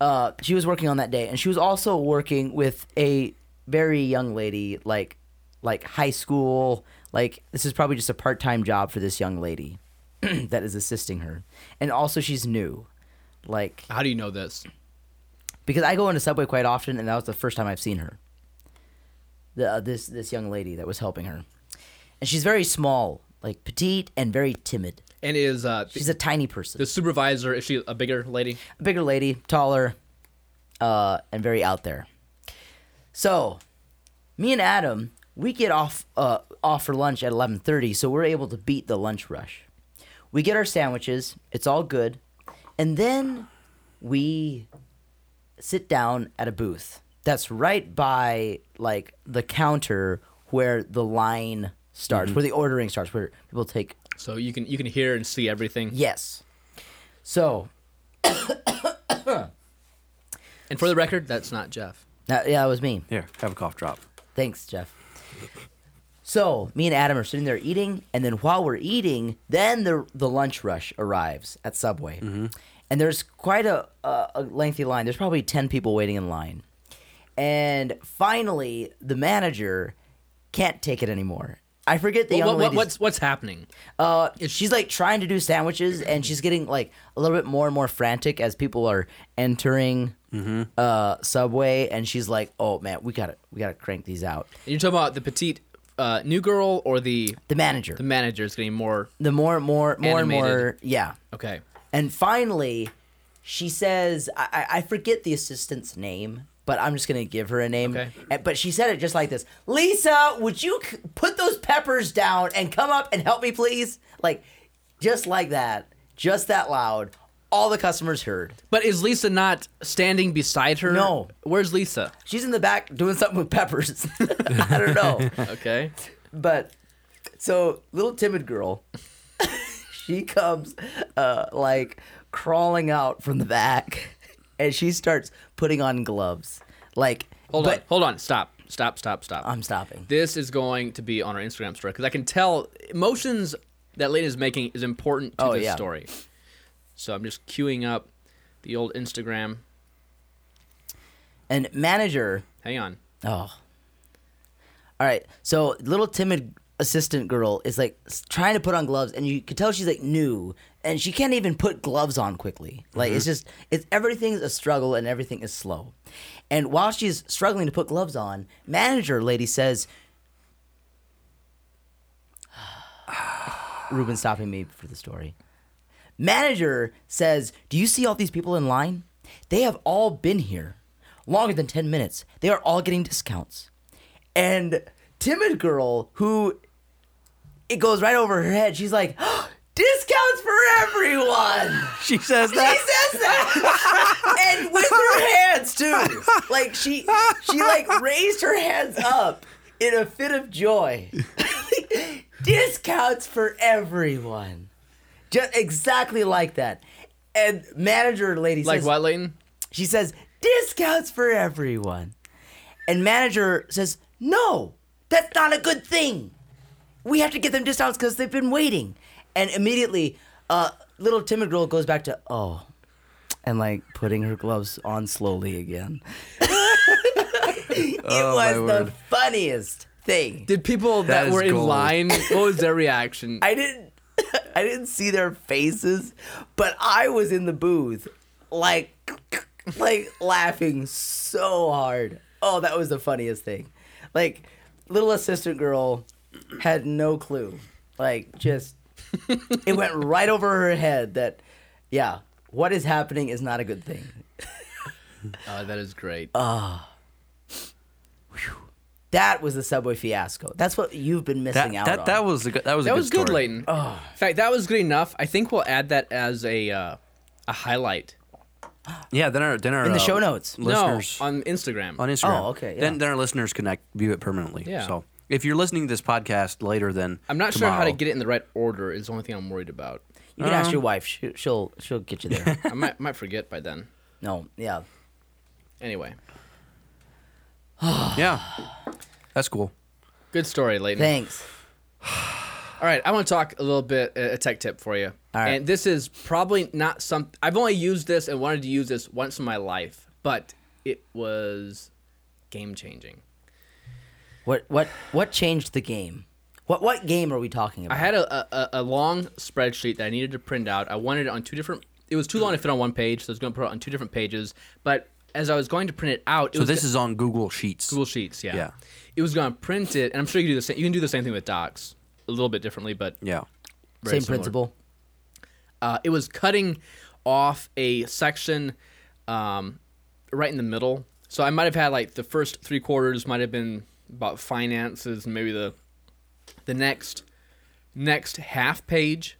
S4: Uh, she was working on that day, and she was also working with a very young lady, like like high school. Like this is probably just a part time job for this young lady <clears throat> that is assisting her, and also she's new, like
S3: How do you know this?
S4: because I go into Subway quite often, and that was the first time I've seen her. The, uh, this this young lady that was helping her, and she's very small, like petite and very timid.
S3: And is uh,
S4: She's a tiny person.
S3: the supervisor is she a bigger lady?
S4: bigger lady, taller, uh, and very out there. So, me and Adam, we get off uh, off for lunch at eleven thirty, so we're able to beat the lunch rush. We get our sandwiches; it's all good, and then we sit down at a booth that's right by like the counter where the line starts, where the ordering starts, where people take
S3: So you can you can hear and see everything.
S4: Yes. So
S3: And for the record, that's not Jeff.
S4: Uh, yeah, that was me.
S5: Here, have a
S3: <laughs>
S5: cough drop.
S4: Thanks, Jeff. So me and Adam are sitting there eating, and then while we're eating, then the the lunch rush arrives at Subway,
S3: Mm-hmm.
S4: and there's quite a, a, a lengthy line. There's probably ten people waiting in line, and finally the manager can't take it anymore. I forget the
S3: What-
S4: young
S3: what-
S4: lady's-
S3: what's what's happening?
S4: uh, she's like trying to do sandwiches, and she's getting like a little bit more and more frantic as people are entering
S3: Mm-hmm.
S4: uh, Subway, and she's like, "Oh man, we gotta we gotta crank these out."
S3: You're talking about the petite uh, new girl or the
S4: The manager,
S3: the manager is getting more
S4: the more more more and
S3: Animated.
S4: more yeah
S3: okay.
S4: and finally she says I, I I forget the assistant's name but i'm just gonna give her a name
S3: Okay.
S4: And- but she said it just like this lisa would you c- put those peppers down and come up and help me please like just like that just that loud all the customers heard
S3: But is Lisa not standing beside her?
S4: No.
S3: Where's Lisa?
S4: she's in the back doing something with peppers <laughs> i
S3: <laughs>
S4: don't know
S3: Okay.
S4: But so little timid girl, <laughs> she comes uh, like crawling out from the back, <laughs> and she starts putting on gloves. Like,
S3: Hold
S4: but
S3: on. Hold on. Stop. Stop. Stop. Stop.
S4: I'm stopping.
S3: this is going to be on our Instagram story because I can tell emotions that Lane is making is important to
S4: Oh,
S3: this
S4: yeah.
S3: story. So I'm just queuing up the old Instagram.
S4: And manager,
S3: Hang on.
S4: oh, all right. So little timid assistant girl is like s- trying to put on gloves, and you could tell she's like new, and she can't even put gloves on quickly. Like it's just it's everything's a struggle, and everything is slow. And while she's struggling to put gloves on, manager lady says, <sighs> Ruben stopping me for the story. Manager says, Do you see all these people in line? They have all been here longer than 10 minutes. They are all getting discounts. And timid girl, who it goes right over her head, she's like, <gasps> Discounts for everyone!
S5: She says
S4: <laughs> She says that, and with her hands too. Like she, she like raised her hands up in a fit of joy. <laughs> Discounts for everyone, just exactly like that. And manager lady
S3: Like
S4: says,
S3: what, Leighton?
S4: she says, discounts for everyone. And manager says, no, that's not a good thing. We have to give them discounts because they've been waiting. And immediately, uh, little timid girl goes back to, oh, and like putting her gloves on slowly again. <laughs> it was the
S5: word.
S4: funniest thing.
S3: Did people that,
S5: That is
S3: were in
S5: gold.
S3: line, what was
S4: <laughs>
S3: their reaction?
S4: I didn't <laughs> I didn't see their faces, but I was in the booth like <laughs> like laughing so hard. Oh, that was the funniest thing. Like little assistant girl had no clue. Like
S5: <laughs>
S4: just it went right over her head that yeah, what is happening is not a good thing.
S3: oh, that is great.
S4: That was the subway fiasco. That's what you've been
S5: that.
S4: missing out on.
S5: That, that was a good. That was a
S3: that was good,
S5: story.
S3: Leighton. In fact, that was good enough. I think we'll add that as a uh, a highlight.
S5: Yeah. Then our then our
S4: in the
S5: uh,
S4: show notes.
S5: listeners
S3: No, on Instagram.
S5: on Instagram.
S4: Oh, okay, yeah.
S5: Then then our listeners can like, view it permanently.
S3: Yeah.
S5: So if you're listening to this podcast later, then
S3: I'm not sure how to get it in the right order. Is the only thing I'm worried about.
S4: You can
S5: Uh-huh.
S4: ask your wife. She, she'll she'll get you
S5: <laughs>
S4: there.
S3: I might <laughs> might forget by then.
S4: no, yeah.
S3: Anyway,
S5: Yeah. That's cool.
S3: good story, Leighton.
S4: Thanks.
S3: All right, I want to talk a little bit uh, a tech tip for you.
S4: All right.
S3: And this is probably not some I've only used this and wanted to use this once in my life, but it was game changing.
S4: What what what changed the game? What what game are we talking
S3: I
S4: about?
S3: had a, a, a long spreadsheet that I needed to print out. I wanted it on two different. It was too long to fit on one page, so I was going to put it on two different pages. But as I was going to print it out, it
S5: So
S3: was
S5: this is on Google Sheets.
S3: Google Sheets. Yeah.
S5: Yeah.
S3: It was going to print it, and I'm sure you can do the same. You can do the same thing with Docs, a little bit differently, but
S5: Yeah.
S3: very
S4: Same
S3: similar.
S4: principle.
S3: Uh, it was cutting off a section um, right in the middle. So I might have had like the first three quarters might have been about finances, and maybe the the next next half page,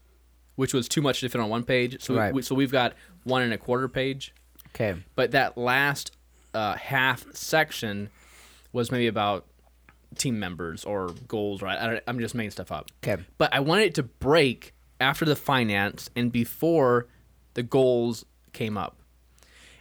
S3: which was too much to fit on one page. So
S4: Right.
S3: we, so we've got one and a quarter page,
S4: Okay.
S3: but that last uh, half section was maybe about team members or goals. Right, I don't, I'm just making stuff up.
S4: Okay.
S3: But I wanted it to break after the finance and before the goals came up.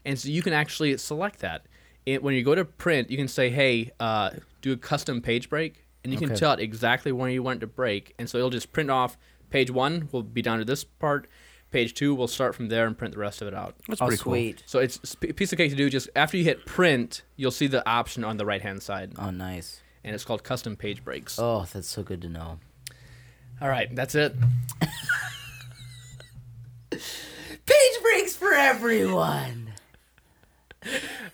S3: and so you can actually select that. It, when you go to print, you can say, "Hey, uh, do a custom page break," and you
S4: Okay.
S3: can tell it exactly when you want it to break, and so it'll just print off page one will be down to this part, page two will start from there and print the rest of it out.
S5: That's
S4: Oh,
S5: pretty
S4: sweet.
S3: So it's it's a piece of cake to do. Just after you hit print, you'll see the option on the right hand side,
S4: Oh, nice.
S3: and it's called custom page breaks.
S4: Oh, that's so good to know.
S3: All right, that's it.
S4: Page breaks for everyone,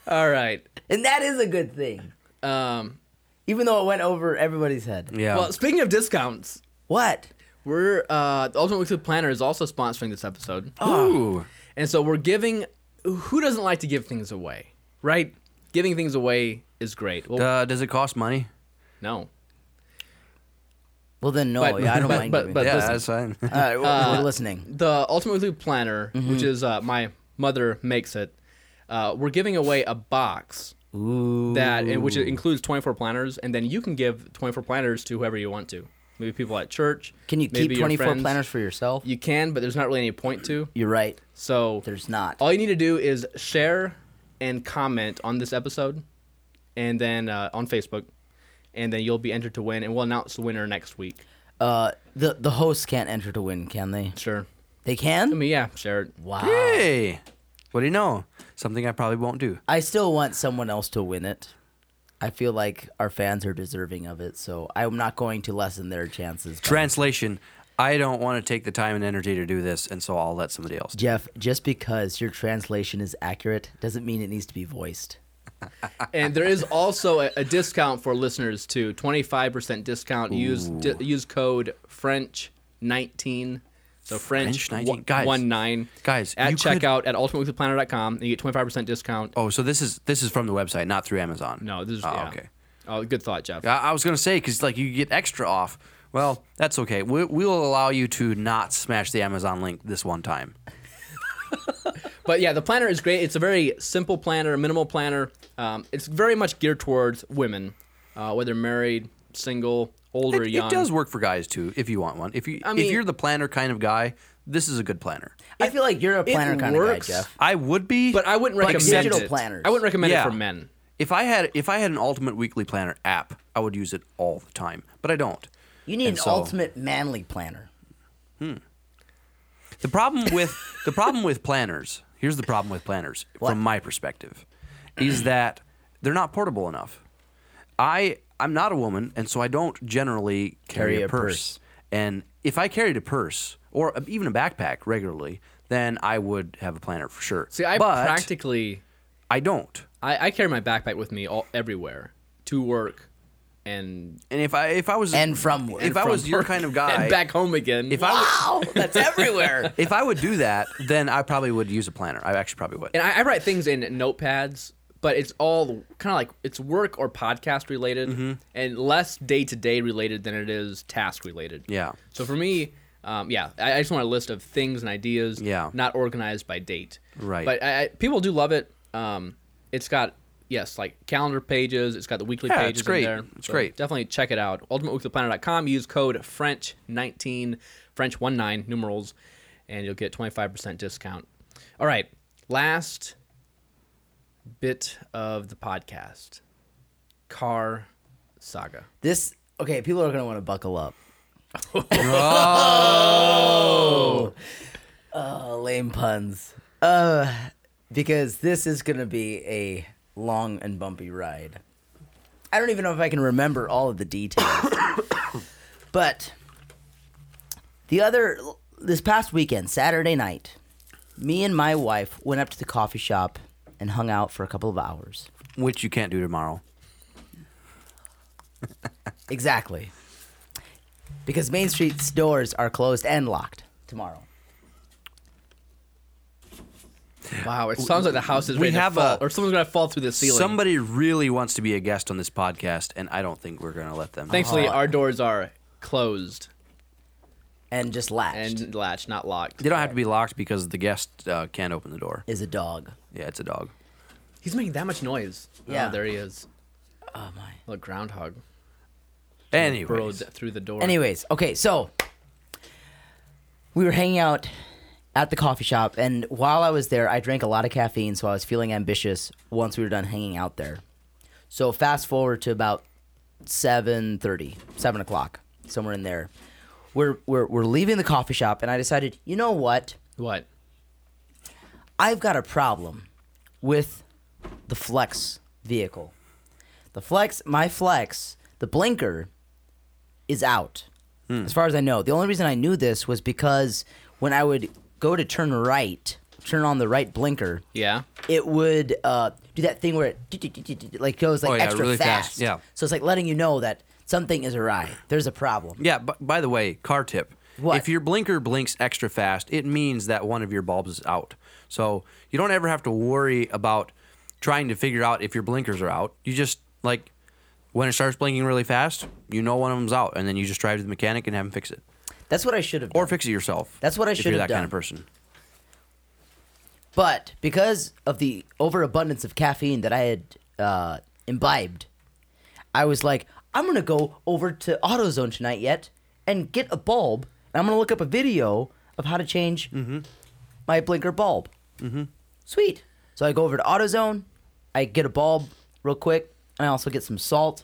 S3: All right.
S4: and that is a good thing.
S3: Um,
S4: Even though it went over everybody's head.
S5: cool. Yeah.
S3: well, speaking of discounts,
S4: What?
S3: we're uh, the Ultimate Weekly Planner is also sponsoring this episode,
S5: Oh. Ooh.
S3: and so we're giving. Who doesn't like to give things away, right? Giving things away is great. Well,
S5: Uh, does it cost money?
S3: no,
S4: Well, then no.
S3: But-
S4: yeah, I
S3: <laughs>
S4: don't
S3: but-
S4: mind.
S3: but-
S4: giving.
S3: but-
S5: Yeah,
S3: listen.
S5: that's fine.
S3: Uh,
S4: All right, we're, we're listening.
S3: the Ultimate Weekly Planner, which is uh, my mother makes it. Uh, we're giving away a box
S4: Ooh.
S3: that and which includes 24 planners and then you can give 24 planners to whoever you want to maybe people at church
S4: Can you
S3: maybe
S4: keep
S3: your
S4: 24
S3: friends.
S4: planners for yourself?
S3: you can but there's not really any point to
S4: You're right.
S3: so
S4: There's not.
S3: all you need to do is share and comment on this episode and then uh, on facebook and then you'll be entered to win and we'll announce the winner next week
S4: Uh, the the hosts can't enter to win, can they?
S3: sure
S4: They
S3: i
S4: can.
S3: mean yeah share it
S4: Wow.
S5: <laughs> Hey, what do you know? Something I probably won't do.
S4: I still want someone else to win it. I feel like our fans are deserving of it, so I'm not going to lessen their chances. by-
S5: Translation: I don't want to take the time and energy to do this, and so I'll let somebody else. do
S4: Jeff, just because your translation is accurate doesn't mean it needs to be voiced.
S3: and there is also a, a discount for listeners too 25% discount use di- use code french 19 so french,
S5: French 19.
S3: one-
S5: Guys,
S3: one nine
S5: guys,
S3: at
S5: you could-
S3: checkout at ultimateweeklyplanner.com and you get 25% discount
S5: Oh, so this is this is from the website, not through Amazon.
S3: no this is
S5: oh,
S3: yeah.
S5: okay.
S3: oh good thought jeff
S5: I, I was gonna say because like you get extra off. Well, that's okay. We, we'll allow you to not smash the Amazon link this one time.
S3: but yeah the planner is great it's a very simple planner minimal planner um, it's very much geared towards women uh, whether married single old or
S5: It,
S3: young
S5: it does work for guys too, if you want one. If you
S3: I
S5: if
S3: mean-
S5: you're the planner kind of guy, this is a good planner.
S4: I feel like you're a planner kind
S3: works.
S4: of guy, Jeff.
S5: I would be,
S3: but i wouldn't recommend
S4: digital
S3: it.
S4: planners.
S3: i wouldn't recommend
S5: Yeah.
S3: it for men
S5: If I had if I had an Ultimate Weekly Planner app, I would use it all the time. But I don't.
S4: You need an
S5: And so-
S4: ultimate manly planner.
S5: The
S3: <laughs>
S5: problem with the problem with planners, here's the problem with planners from my perspective, is that they're not portable enough. I I'm not a woman, and so I don't generally carry,
S4: Carry
S5: a,
S4: a
S5: purse.
S4: purse.
S5: And if I carried a purse or even a backpack regularly, then I would have a planner for sure.
S3: see i
S5: but
S3: practically
S5: I don't.
S3: I, I carry my backpack with me all everywhere to work and
S5: And if I if I was
S4: And from-
S5: if
S4: and <laughs>
S5: I
S4: from
S5: was your
S3: <laughs>
S4: work
S5: kind of guy,
S3: and back home again.
S5: if I was,
S4: Ow! That's everywhere.
S5: if I would do that, then I probably would use a planner. I actually probably would.
S3: and I, I write things in notepads, but it's all kind of like it's work or podcast related,
S5: Mm-hmm.
S3: and less day to day related than it is task related.
S5: Yeah.
S3: So for me, um, yeah, I, I just want a list of things and ideas.
S5: Yeah.
S3: Not organized by date.
S5: Right.
S3: But I, I, people do love it. Um, it's got yes, like calendar pages. It's got the weekly
S5: Yeah,
S3: pages
S5: it's great.
S3: in there.
S5: It's great.
S3: Definitely check it out. UltimateWeeklyPlanner.com. Use code French nineteen French one nine numerals, and you'll get twenty five percent discount. All right, last bit of the podcast, Car Saga.
S4: this okay, people are gonna want to buckle up. oh, lame puns. Uh, because this is gonna be a long and bumpy ride. I don't even know if I can remember all of the details, <coughs> but the other this past weekend, Saturday night, me and my wife went up to the coffee shop and hung out for a couple of hours.
S5: Which you can't do tomorrow.
S4: Exactly. Because Main Street's doors are closed and locked tomorrow.
S3: Wow, it sounds like the house is
S5: we
S3: ready to
S5: have
S3: fall,
S5: a-
S3: or someone's gonna fall through the ceiling.
S5: Somebody really wants to be a guest on this podcast, and I don't think we're going to let them.
S3: Thankfully,
S4: Oh.
S3: our doors are closed
S4: and just latched
S3: and latched, not locked.
S5: They don't have to be locked because the guest uh, can't open the door.
S4: is a dog.
S5: Yeah, it's a dog.
S3: He's making that much noise.
S4: Yeah.
S3: Oh, there he is.
S4: Oh my.
S3: Little groundhog
S5: Anyway,
S3: burrowed through the door.
S4: Anyways, okay, so we were hanging out at the coffee shop, and while I was there, I drank a lot of caffeine, so I was feeling ambitious once we were done hanging out there. So fast forward to about 7.30, 7 o'clock, somewhere in there. We're, we're, we're leaving the coffee shop, and I decided, you know what?
S3: What?
S4: I've got a problem with the flex vehicle. The flex, my flex, the blinker is out.
S5: Hmm.
S4: As far as I know, the only reason I knew this was because when I would go to turn right, turn on the right blinker,
S3: Yeah.
S4: it would uh, do that thing where it do- do- do- do- do- like goes like
S5: Oh, yeah,
S4: extra
S5: really
S4: fast.
S5: fast, yeah.
S4: So it's like letting you know that something is awry. There's a problem.
S5: Yeah, but by the way, car tip.
S4: What?
S5: If your blinker blinks extra fast, it means that one of your bulbs is out. So you don't ever have to worry about trying to figure out if your blinkers are out. You just, like, when it starts blinking really fast, you know one of them's out, and then you just drive to the mechanic and have him fix it.
S4: That's what I should have done.
S5: Or fix it yourself.
S4: That's what I
S5: if
S4: should
S5: you're
S4: have
S5: that kind
S4: done.
S5: of person.
S4: But because of the overabundance of caffeine that I had uh, imbibed, I was like, I'm gonna go over to AutoZone tonight yet and get a bulb, and I'm gonna look up a video of how to change
S5: Mm-hmm.
S4: my blinker bulb. Mm-hmm. Sweet. So I go over to AutoZone, I get a bulb real quick, and I also get some salt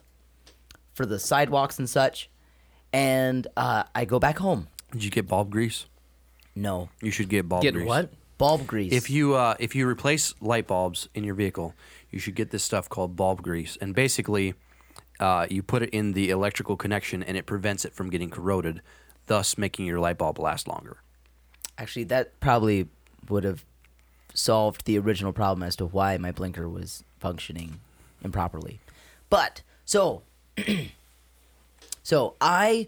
S4: for the sidewalks and such, and uh, I go back home.
S5: Did you get bulb grease?
S4: No
S5: You should get bulb
S3: Get
S5: grease.
S3: what?
S4: bulb grease.
S5: If you uh, if you replace light bulbs in your vehicle, you should get this stuff called bulb grease, and basically, uh, you put it in the electrical connection, and it prevents it from getting corroded, thus making your light bulb last longer.
S4: Actually, that probably would have solved the original problem as to why my blinker was functioning improperly. But so, <clears throat> so I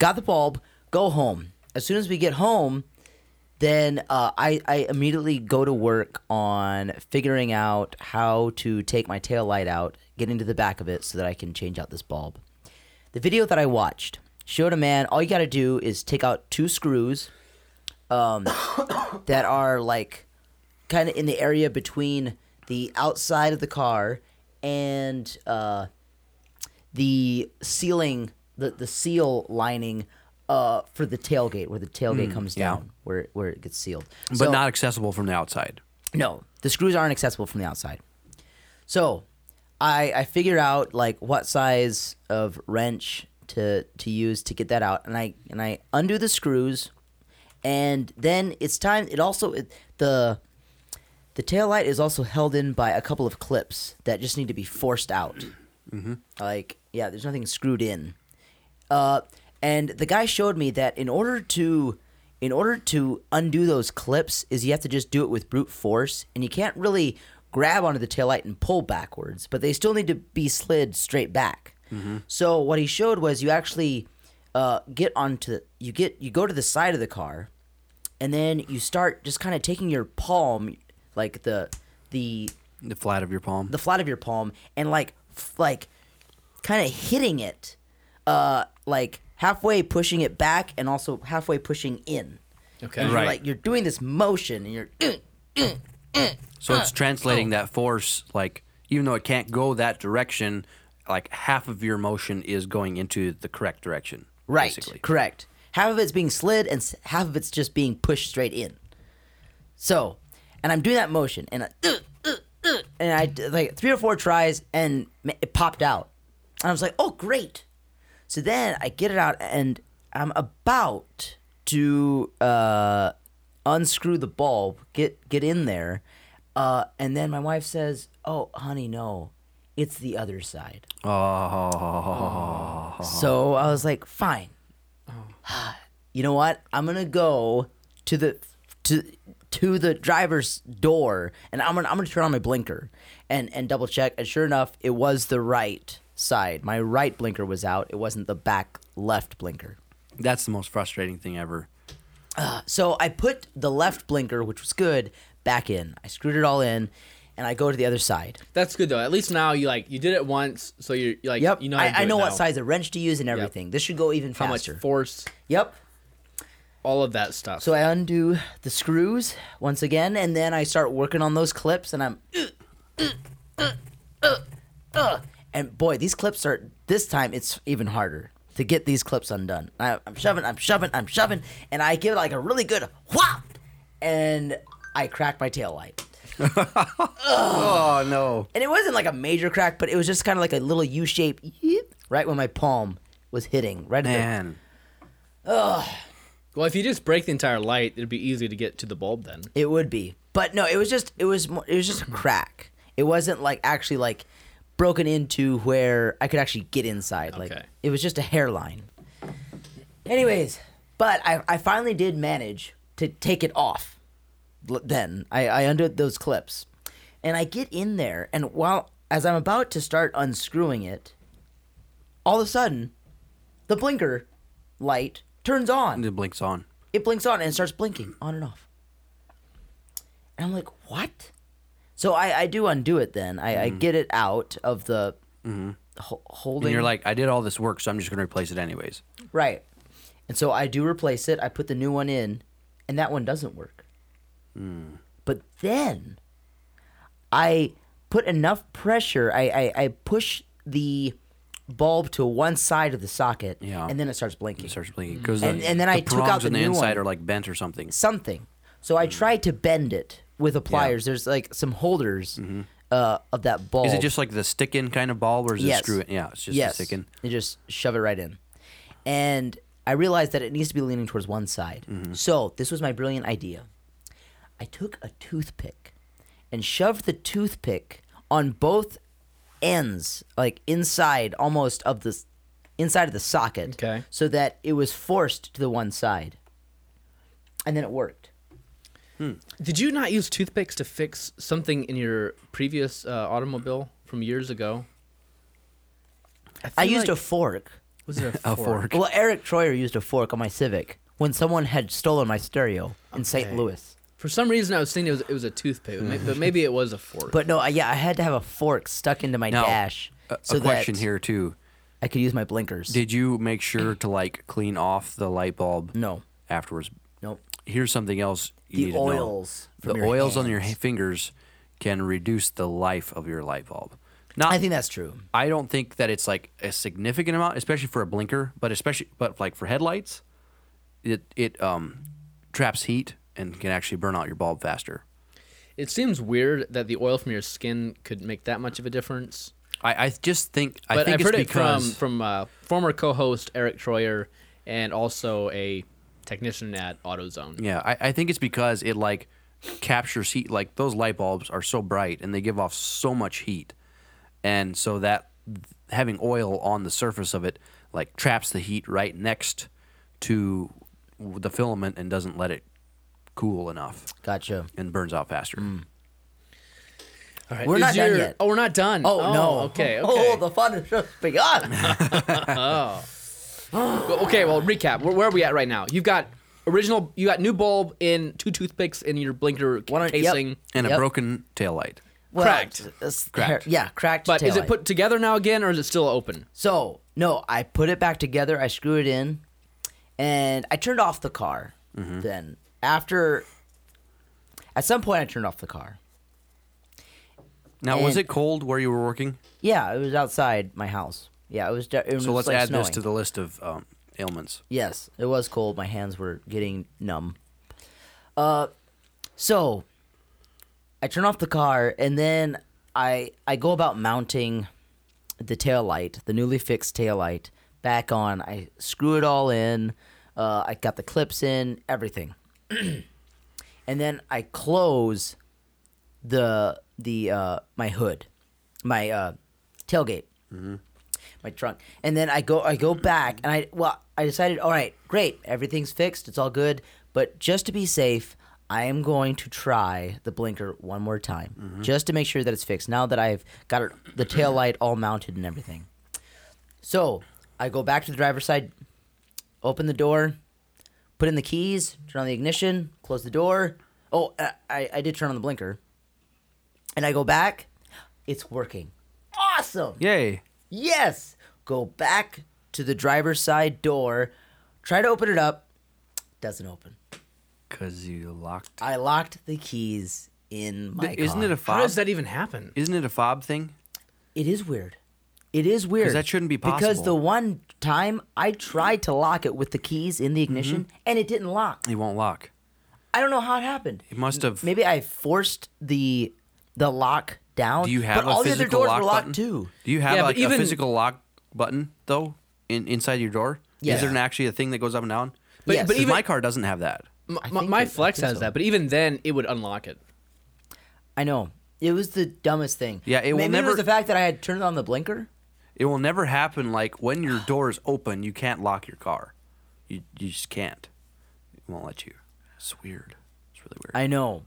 S4: got the bulb. Go home. As soon as we get home, then uh, I I immediately go to work on figuring out how to take my tail light out, get into the back of it, so that I can change out this bulb. The video that I watched showed a man. All you got to do is take out two screws um, <coughs> that are like kind of in the area between the outside of the car and uh, the ceiling, the, the seal lining uh, for the tailgate where the tailgate comes down, where, where it gets sealed.
S5: But not accessible from the outside.
S4: No, the screws aren't accessible from the outside. So, I I figure out like what size of wrench to to use to get that out, and I and I undo the screws, and then it's time. It also it, the the taillight is also held in by a couple of clips that just need to be forced out. Like yeah, there's nothing screwed in. Uh, and the guy showed me that in order to in order to undo those clips is you have to just do it with brute force and you can't really grab onto the taillight and pull backwards but they still need to be slid straight back so what he showed was you actually uh, get onto the, you get you go to the side of the car and then you start just kind of taking your palm like the the
S5: The flat of your palm.
S4: the flat of your palm and like f- like kind of hitting it uh like halfway pushing it back and also halfway pushing in
S3: Okay.
S4: You're like you're doing this motion and you're
S5: so
S4: Oh.
S5: it's translating that force, like even though it can't go that direction, like half of your motion is going into the correct direction.
S4: right
S5: Basically.
S4: correct half of it's being slid and s- half of it's just being pushed straight in so and i'm doing that motion and I, uh, and i did, like three or four tries and ma- it popped out and i was like oh great So then I get it out and I'm about to uh, unscrew the bulb, get get in there, uh, and then my wife says, "Oh, honey, no, it's the other side." Oh. So I was like, "Fine."
S3: Oh.
S4: <sighs> You know what? I'm gonna go to the to to the driver's door and I'm gonna I'm gonna turn on my blinker and and double check and sure enough it was the right side. My right blinker was out. It wasn't the back left blinker.
S5: That's the most frustrating thing ever.
S4: So I put the left blinker, which was good, back in. I screwed it all in and I go to the other side.
S3: That's good though. At least now you like you did it once, so you're you're like
S4: Yep.
S3: you know how to
S4: I, I
S3: do it
S4: know what
S3: now.
S4: size of wrench to use and everything. This should go even
S3: how
S4: faster.
S3: much force,
S4: Yep.
S3: all of that stuff.
S4: So I undo the screws once again, and then I start working on those clips, and I'm. And boy, these clips are. This time it's even harder. to get these clips undone. I, I'm shoving, I'm shoving, I'm shoving, and I give it like a really good whop, and I crack my tail light.
S5: <laughs> Oh no!
S4: And it wasn't like a major crack, but it was just kind of like a little U shape, yeet, right when my palm was hitting. Right at the-
S5: Man,
S3: Well, if you just break the entire light, it'd be easy to get to the bulb then.
S4: It would be, but no, it was just it was mo- it was just a crack. It wasn't like actually like broken into where I could actually get inside. Like
S3: Okay.
S4: it was just a hairline. Anyways, but I I finally did manage to take it off. L- Then I I undid those clips, and I get in there, and while as I'm about to start unscrewing it, all of a sudden, the blinker light turns on
S5: it blinks on.
S4: it blinks on and it starts blinking on and off. And I'm like, what? So I, I do undo it then. I,
S5: Mm.
S4: I get it out of the
S5: Mm-hmm.
S4: ho- holding.
S5: And you're like, I did all this work, so I'm just gonna replace it anyways.
S4: right. And so I do replace it. I put the new one in, and that one doesn't work.
S5: Mm.
S4: But then I put enough pressure. I, I, I push the bulb to one side of the socket,
S5: Yeah.
S4: and then it starts blinking.
S5: It starts blinking because
S4: And- and then I took out
S5: on
S4: the
S5: the
S4: new
S5: inside
S4: one.
S5: are like bent or something.
S4: something. So
S5: Mm.
S4: I tried to bend it with the pliers. There's like some holders uh, of that ball.
S5: Mm-hmm. Is it just like the stick in kind of bulb, or is
S4: Yes.
S5: it screw in? Yeah, it's just
S4: yes?
S5: a stick in.
S4: You just shove it right in, and I realized that it needs to be leaning towards one side.
S5: Mm-hmm.
S4: So this was my brilliant idea. I took a toothpick and shoved the toothpick on both ends, like inside almost of the s- inside of the socket,
S3: Okay.
S4: so that it was forced to the one side, and then it worked.
S3: Did you not use toothpicks to fix something in your previous uh, automobile from years ago?
S4: I
S3: feel
S4: used a Oh.
S3: like-
S4: fork.
S3: Was
S4: <laughs>
S3: it
S5: A fork.
S4: Well, Eric Troyer used a fork on my Civic when someone had stolen my stereo in St.
S3: Okay.
S4: Louis.
S3: For some reason, I was thinking it was, it was a toothpick, may-
S4: <laughs>
S3: but maybe it was a fork.
S4: But no, I, yeah, I had to have a fork stuck into my
S5: Now,
S4: dash
S5: a, a
S4: so
S5: question
S4: that
S5: here too:
S4: I could use my blinkers.
S5: Did you make sure to like clean off the light bulb?
S4: No.
S5: Afterwards,
S4: nope.
S5: here's something else you
S4: The
S5: need to know.
S4: oils from
S5: the
S4: your
S5: oils on your
S4: hands.
S5: h- fingers can reduce the life of your light bulb. Not,
S4: I think that's true.
S5: I don't think that it's like a significant amount, especially for a blinker, but especially but like for headlights, it it um traps heat and can actually burn out your bulb faster.
S3: it seems weird that the oil from your skin could make that much of a difference.
S5: I, I just think I
S3: But
S5: think
S3: I've
S5: it's
S3: heard it from
S5: because
S3: from uh, former co-host Eric Troyer and also a technician at AutoZone.
S5: yeah, I, I think it's because it like captures heat. Like those light bulbs are so bright and they give off so much heat, and so that having oil on the surface of it like traps the heat right next to the filament and doesn't let it cool enough
S4: Gotcha.
S5: and burns out faster.
S3: All right,
S4: We're
S3: is
S4: not done
S3: your-
S4: yet.
S3: Oh, we're not done.
S4: Oh, <laughs> no.
S3: Okay. Okay.
S4: Oh, the fun is just
S3: <laughs>
S4: begun.
S3: Well, okay. Well, recap. Where, where are we at right now? You've got original. You got new bulb in two toothpicks in your blinker
S4: One on- yep.
S3: casing.
S5: And a
S4: Yep.
S5: broken tail light.
S4: Well,
S3: Cracked.
S4: it's-
S5: Cracked.
S4: Yeah, cracked.
S3: But is it
S4: taillight.
S3: put together now again, or is it still open?
S4: So no, I put it back together. I screw it in, and I turned off the car.
S3: Mm-hmm.
S4: Then after, at some point, I turned off the car.
S5: Now, was
S4: And-
S5: it cold where you were working?
S4: Yeah, it was outside my house. Yeah, it was. de- It was
S5: So let's
S4: like
S5: add
S4: snowing.
S5: this to the list of um, ailments.
S4: Yes, it was cold. My hands were getting numb. Uh, so I turn off the car, and then I I go about mounting the taillight, the newly fixed taillight, back on. I screw it all in. Uh, I got the clips in, everything, <clears throat> and then I close the the uh, my hood, my uh, tailgate my trunk. And then I go I go back and I well I decided all right, great, everything's fixed, it's all good, but just to be safe, I am going to try the blinker one more time just to make sure that it's fixed now that I've got it, the tail light all mounted and everything. So, I go back to the driver's side, open the door, put in the keys, turn on the ignition, close the door. Oh, I- I, I did turn on the blinker. And I go back. It's working. Awesome.
S5: Yay.
S4: Yes. Go back to the driver's side door. Try to open it up. Doesn't open.
S5: Because you locked.
S4: I locked the keys in my
S5: Isn't
S4: car.
S5: it a
S3: How
S5: fob?
S3: does that even happen?
S5: Isn't it a fob thing?
S4: It is weird. It is weird.
S5: that shouldn't be
S4: Because
S5: possible.
S4: the one time I tried to lock it with the keys in the
S5: Mm-hmm.
S4: ignition and it didn't lock.
S5: It won't lock.
S4: I don't know how it happened.
S5: It must have.
S4: Maybe I forced the the lock down.
S5: Do you have
S4: but
S5: a
S4: all the
S5: physical
S4: other doors
S5: lock
S4: were locked
S5: button?
S4: too.
S5: Do you have
S3: Yeah, but
S5: like
S3: even-
S5: a physical lock button though in, inside your door?
S4: Yeah.
S5: Is there an, actually a thing that goes up and down?
S3: But,
S4: Yes.
S3: but
S5: 'Cause
S3: even
S5: my car doesn't have that.
S3: m-
S4: I
S3: my,
S4: think
S3: my
S4: it- I
S3: Flex
S4: think
S3: has
S4: so.
S3: that, but even then it would unlock it.
S4: I know. It was the dumbest thing.
S5: Yeah, it will
S4: Maybe it was
S5: never-
S4: the fact that I had turned on the blinker.
S5: It will never happen. Like
S4: <sighs>
S5: when your door is open, you can't lock your car. You you just can't. It won't let you. It's weird. It's really weird.
S4: I know.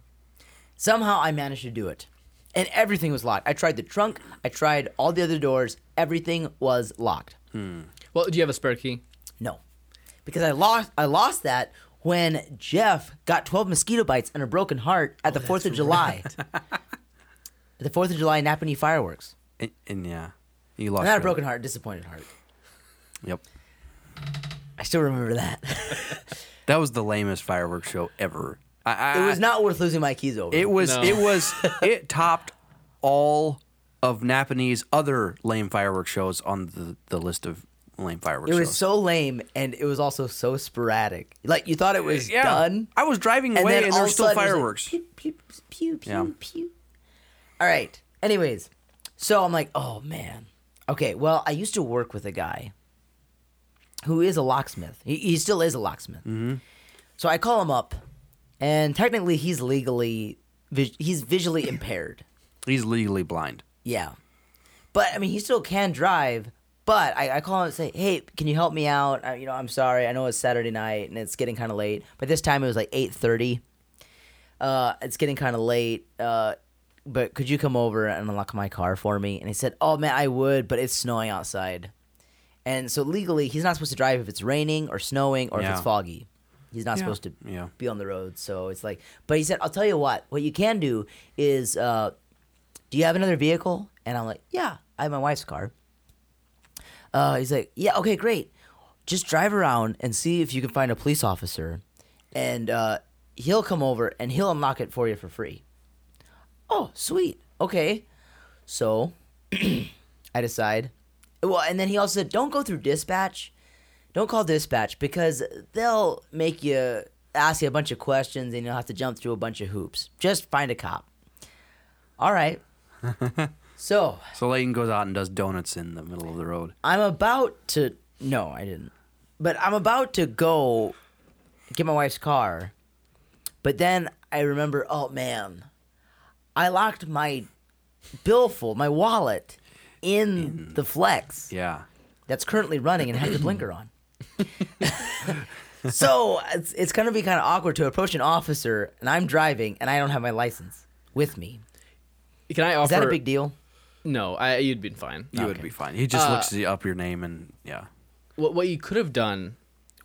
S4: Somehow I managed to do it. And everything was locked. I tried the trunk, I tried all the other doors, everything was locked.
S3: Well, do you have a spare key?
S4: No. Because I lost I lost that when Jeff got 12 mosquito bites and a broken heart at
S5: Oh,
S4: the 4th of July. at <laughs> the 4th of July Napanee fireworks.
S5: and, and yeah, you lost.
S4: Not a
S5: your-
S4: broken heart, disappointed heart.
S5: Yep.
S4: I still remember that. <laughs>
S5: That was the lamest fireworks show ever. I, I,
S4: it was not worth losing my keys over.
S5: It was.
S3: No.
S5: It was. it topped all of Napanee's other lame fireworks shows on the, the list of lame fireworks
S4: It
S5: shows.
S4: was so lame, and it was also so sporadic. Like you thought it was
S5: Yeah.
S4: done.
S5: I was driving
S4: and
S5: away
S4: then
S5: and
S4: all
S5: there
S4: of
S5: were
S4: a
S5: still
S4: sudden it was like,
S5: fireworks.
S4: pew, pew, pew, pew,
S5: Yeah.
S4: pew. All right. Anyways, so I'm like, oh man. Okay. Well, I used to work with a guy who is a locksmith. He, he still is a locksmith.
S5: Mm-hmm.
S4: So I call him up, and technically he's legally vis- he's visually impaired.
S5: He's legally blind.
S4: Yeah. But I mean, he still can drive. But I, I call him and say, "Hey, can you help me out? I, you know, I'm sorry. I know it's Saturday night and it's getting kind of late. But this time it was like 8:30. Uh, it's getting kind of late. Uh, but could you come over and unlock my car for me?" And he said, "Oh man, I would, but it's snowing outside." And so legally, he's not supposed to drive if it's raining or snowing or if it's
S5: Yeah.
S4: foggy. He's not supposed to
S5: Yeah.
S4: be on the road. So it's like, but he said, "I'll tell you what. What you can do is." Uh, do you have another vehicle? And I'm like, yeah, I have my wife's car. Uh, he's like, yeah, okay, great. Just drive around and see if you can find a police officer, and uh, he'll come over and he'll unlock it for you for free. Oh, sweet. Okay. So <clears throat> I decide. Well, and then he also said, don't go through dispatch. Don't call dispatch because they'll make you ask you a bunch of questions and you'll have to jump through a bunch of hoops. Just find a cop. All right. so
S5: So Layton goes out and does donuts in the middle of the road.
S4: I'm about to. No, I didn't. But I'm about to go get my wife's car. But then I remember, oh man, I locked my billfold, my wallet, in, the flex
S5: Yeah.
S4: that's currently running and has the blinker on. so it's, it's going to be kind of awkward to approach an officer and I'm driving and I don't have my license with me.
S3: Can I offer?
S4: Is that a big deal?
S3: No, I, you'd been fine.
S5: You would be fine. He just looks you up your name and yeah.
S3: what what you could have done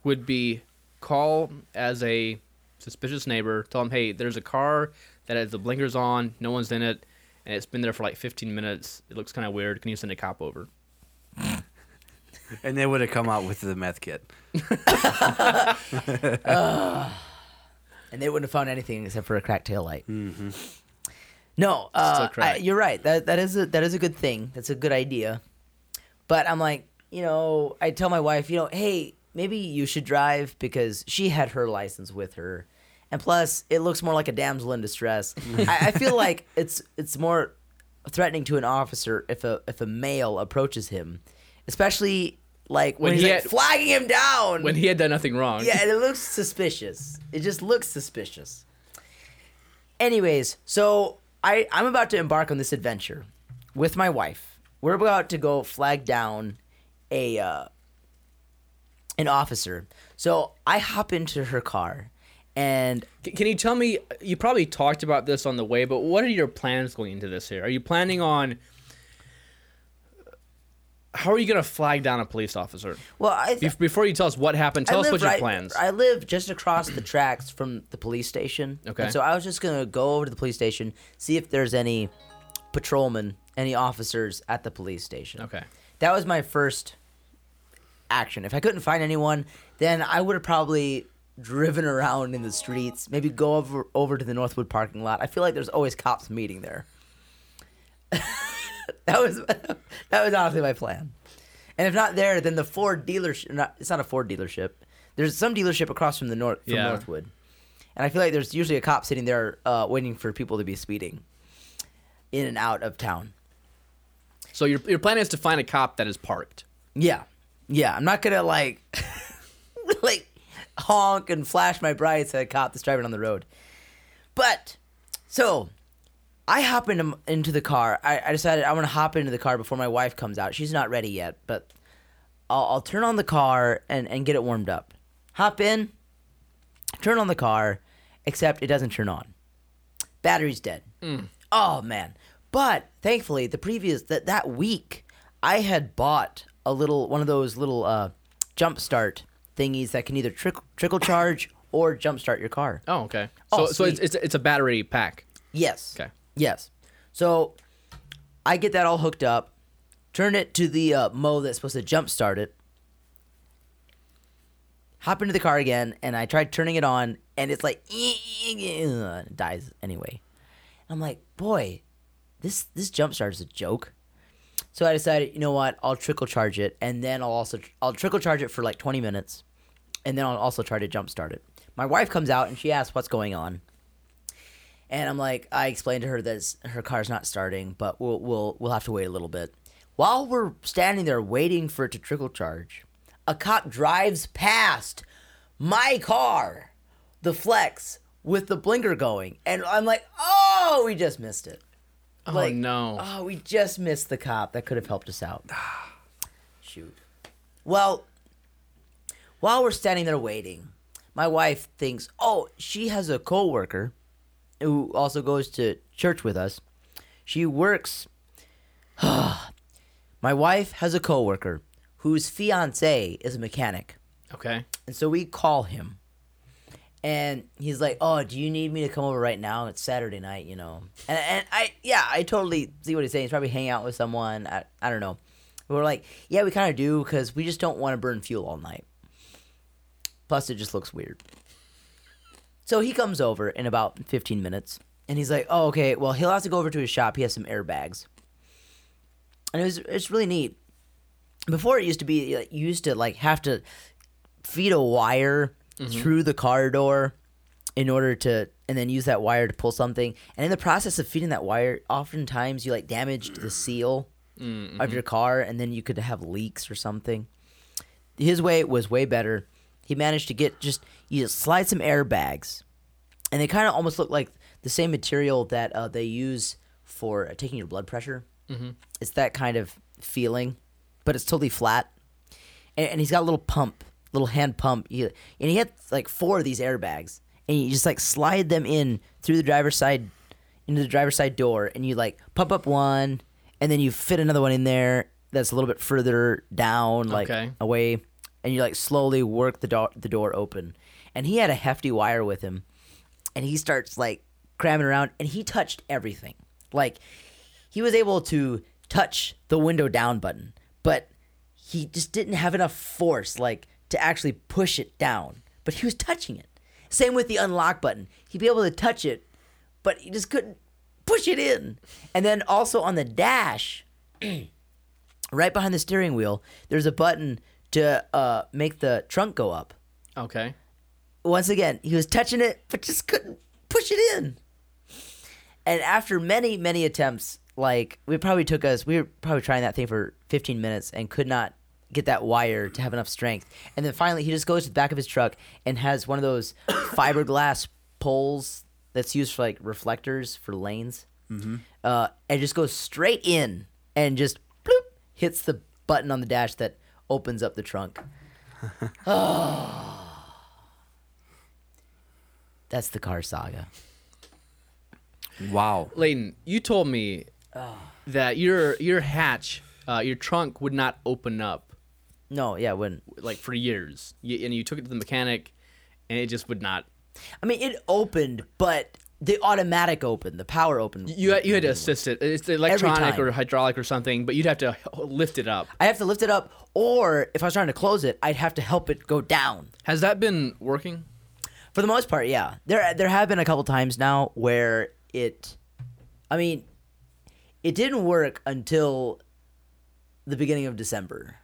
S3: would be call as a suspicious neighbor, tell them, hey, there's a car that has the blinkers on, no one's in it, and it's been there for like 15 minutes. It looks kind of weird. Can you send a cop over?
S5: And they would have come out with the meth kit.
S4: and they wouldn't have found anything except for a cracked taillight. Mm-hmm. No, uh,
S3: Still cracked.
S4: I- you're right. That that is a that is a good thing. That's a good idea. But I'm like, you know, I tell my wife, you know, hey, maybe you should drive because she had her license with her, and plus, it looks more like a damsel in distress.
S3: <laughs>
S4: I, I feel like it's it's more threatening to an officer if a if a male approaches him, especially like when,
S3: When
S4: he's
S3: he
S4: like,
S3: had-
S4: flagging him down
S3: When he had done nothing wrong.
S4: yeah, and it looks suspicious. It just looks suspicious. Anyways, so I, I'm about to embark on this adventure with my wife. We're about to go flag down a uh, an officer. So I hop into her car, and
S3: C- Can you tell me? You probably talked about this on the way, but what are your plans going into this here? Are you planning on. How are you going to flag down a police officer?
S4: well, I
S3: Be- before you tell us what happened, tell us what your
S4: right-
S3: plans.
S4: I live just across the tracks from the police station.
S3: Okay.
S4: And so I was just gonna go over to the police station, see if there's any patrolmen, any officers at the police station.
S3: Okay.
S4: That was my first action. If I couldn't find anyone, then I would have probably driven around in the streets, maybe go over over to the Northwood parking lot. I feel like there's always cops meeting there. That was <laughs> that was honestly my plan. And if not there, then the Ford dealership. Not, it's not a Ford dealership. There's some dealership across from the north from
S3: Yeah.
S4: Northwood, and I feel like there's usually a cop sitting there uh, waiting for people to be speeding in and out of town.
S3: So your your plan is to find a cop that is parked.
S4: Yeah, yeah. I'm not gonna like <laughs> like honk and flash my brights at a cop that's driving on the road. But so I hop into m- into the car. I, I decided I want to hop into the car before my wife comes out. She's not ready yet, but I'll, I'll turn on the car and and get it warmed up. Hop in, turn on the car, except it doesn't turn on. Battery's dead. Oh man! But thankfully, the previous that that week, I had bought a little one of those little uh, jump start thingies that can either trickle trickle charge or jump start your car.
S3: Oh, okay. So
S4: Oh,
S3: so it's,
S4: sweet.
S3: it's it's a battery pack.
S4: Yes.
S3: Okay.
S4: Yes. So I get that all hooked up, turn it to the uh, mo that's supposed to jump start it, hop into the car again, and I tried turning it on, and it's like <laughs> and it dies anyway. I'm like, boy, this this jump start is a joke. So I decided, you know what? I'll trickle charge it, and then I'll also I'll trickle charge it for like 20 minutes, and then I'll also try to jump start it. My wife comes out and she asks what's going on. And I'm like, I explained to her that it's- her car's not starting, but we'll we'll we'll have to wait a little bit. While we're standing there waiting for it to trickle charge, a cop drives past my car, the Flex, with the blinker going, and I'm like, oh, we just missed it.
S3: Oh
S4: Like,
S3: no.
S4: Oh, we just missed the cop that could have helped us out. Shoot. Well, while we're standing there waiting, my wife thinks, "Oh, she has a coworker who also goes to church with us. She works <sighs> My wife has a coworker whose fiance is a mechanic.
S3: Okay.
S4: And so we call him. And he's like, "Oh, do you need me to come over right now? It's Saturday night, you know." And, and I, yeah, I totally see what he's saying. He's probably hanging out with someone. I, I don't know. We're like, yeah, we kind of do because we just don't want to burn fuel all night. Plus, it just looks weird. So he comes over in about 15 minutes, and he's like, "Oh, okay. Well, he'll have to go over to his shop. He has some airbags." And it was it's really neat. Before it used to be, like, you used to like have to feed a wire through the car door in order to and then use that wire to pull something and in the process of feeding that wire oftentimes you like damaged the seal of your car and then you could have leaks or something his way was way better he managed to get just you just slide some airbags and they kind of almost look like the same material that uh, they use for uh, taking your blood pressure mm-hmm. it's that kind of feeling but it's totally flat and, and he's got a little pump, little hand pump. He, and he had like four of these airbags, and you just like slide them in through the driver's side, into the driver's side door, and you like pump up one, and then you fit another one in there that's a little bit further down, like
S3: Okay.
S4: away, and you like slowly work the door the door open. And he had a hefty wire with him, and he starts like cramming around, and he touched everything, like he was able to touch the window down button, but he just didn't have enough force like to actually push it down. But he was touching it. Same with the unlock button. He'd be able to touch it, but he just couldn't push it in. And then also on the dash, <clears throat> right behind the steering wheel, there's a button to uh, make the trunk go up.
S3: Okay.
S4: Once again, he was touching it, but just couldn't push it in and after many many attempts like we probably took us we were probably trying that thing for 15 minutes and could not get that wire to have enough strength and then finally he just goes to the back of his truck and has one of those <coughs> fiberglass poles that's used for like reflectors for lanes uh, and just goes straight in and just bloop, hits the button on the dash that opens up the trunk that's the car saga
S5: Wow.
S3: Layton, you told me that your your hatch, uh, your trunk would not open up
S4: no yeah it wouldn't
S3: like for years, you, and you took it to the mechanic, and it just would not.
S4: I mean, it opened, but the automatic opened, the power opened.
S3: You had, you had to assist it. It's electronic
S4: time.
S3: or hydraulic or something, but you'd have to lift it up.
S4: I have to lift it up, or if I was trying to close it, I'd have to help it go down.
S3: Has that been working?
S4: For the most part, yeah. There there have been a couple times now where it, I mean, It didn't work until the beginning of December.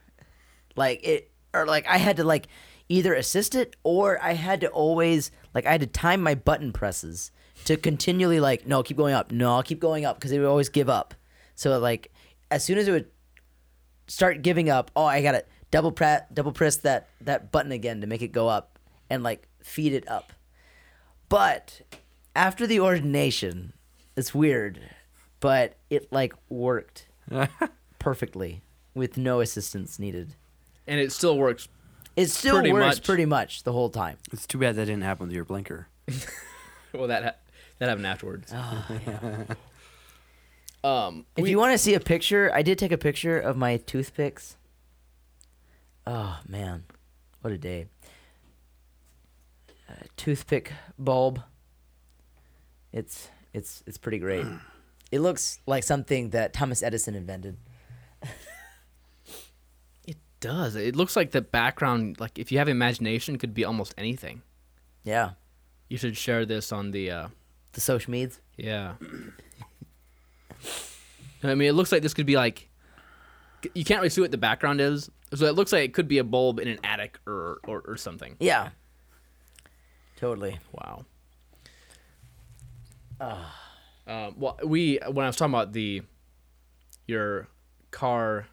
S4: Like it or like I had to like either assist it or I had to always like I had to time my button presses to continually like no keep going up no I'll keep going up because it would always give up. So like as soon as it would start giving up, oh I gotta double press double press that that button again to make it go up and like feed it up. But after the ordination, it's weird, but it like
S3: <laughs>
S4: worked perfectly with no assistance needed.
S3: and it still works.
S4: It still
S3: Pretty
S4: works
S3: much.
S4: pretty much the whole time.
S5: It's too bad that didn't happen with your blinker.
S3: Well, that ha- that happened afterwards. um,
S4: If
S3: we-
S4: you want to see a picture, I did take a picture of my toothpicks. Oh man, what a day! Uh, toothpick bulb. It's it's it's pretty great. <clears throat> It looks like something that Thomas Edison invented.
S3: it does. It looks like the background. Like if you have imagination, could be almost anything.
S4: Yeah,
S3: You should share this on the. Uh,
S4: the social meds.
S3: Yeah. <clears throat> I mean, it looks like this could be like you can't really see what the background is, so it looks like it could be a bulb in an attic or or, or something.
S4: Yeah, totally.
S3: Wow. Um, well, we when I was talking about the your car,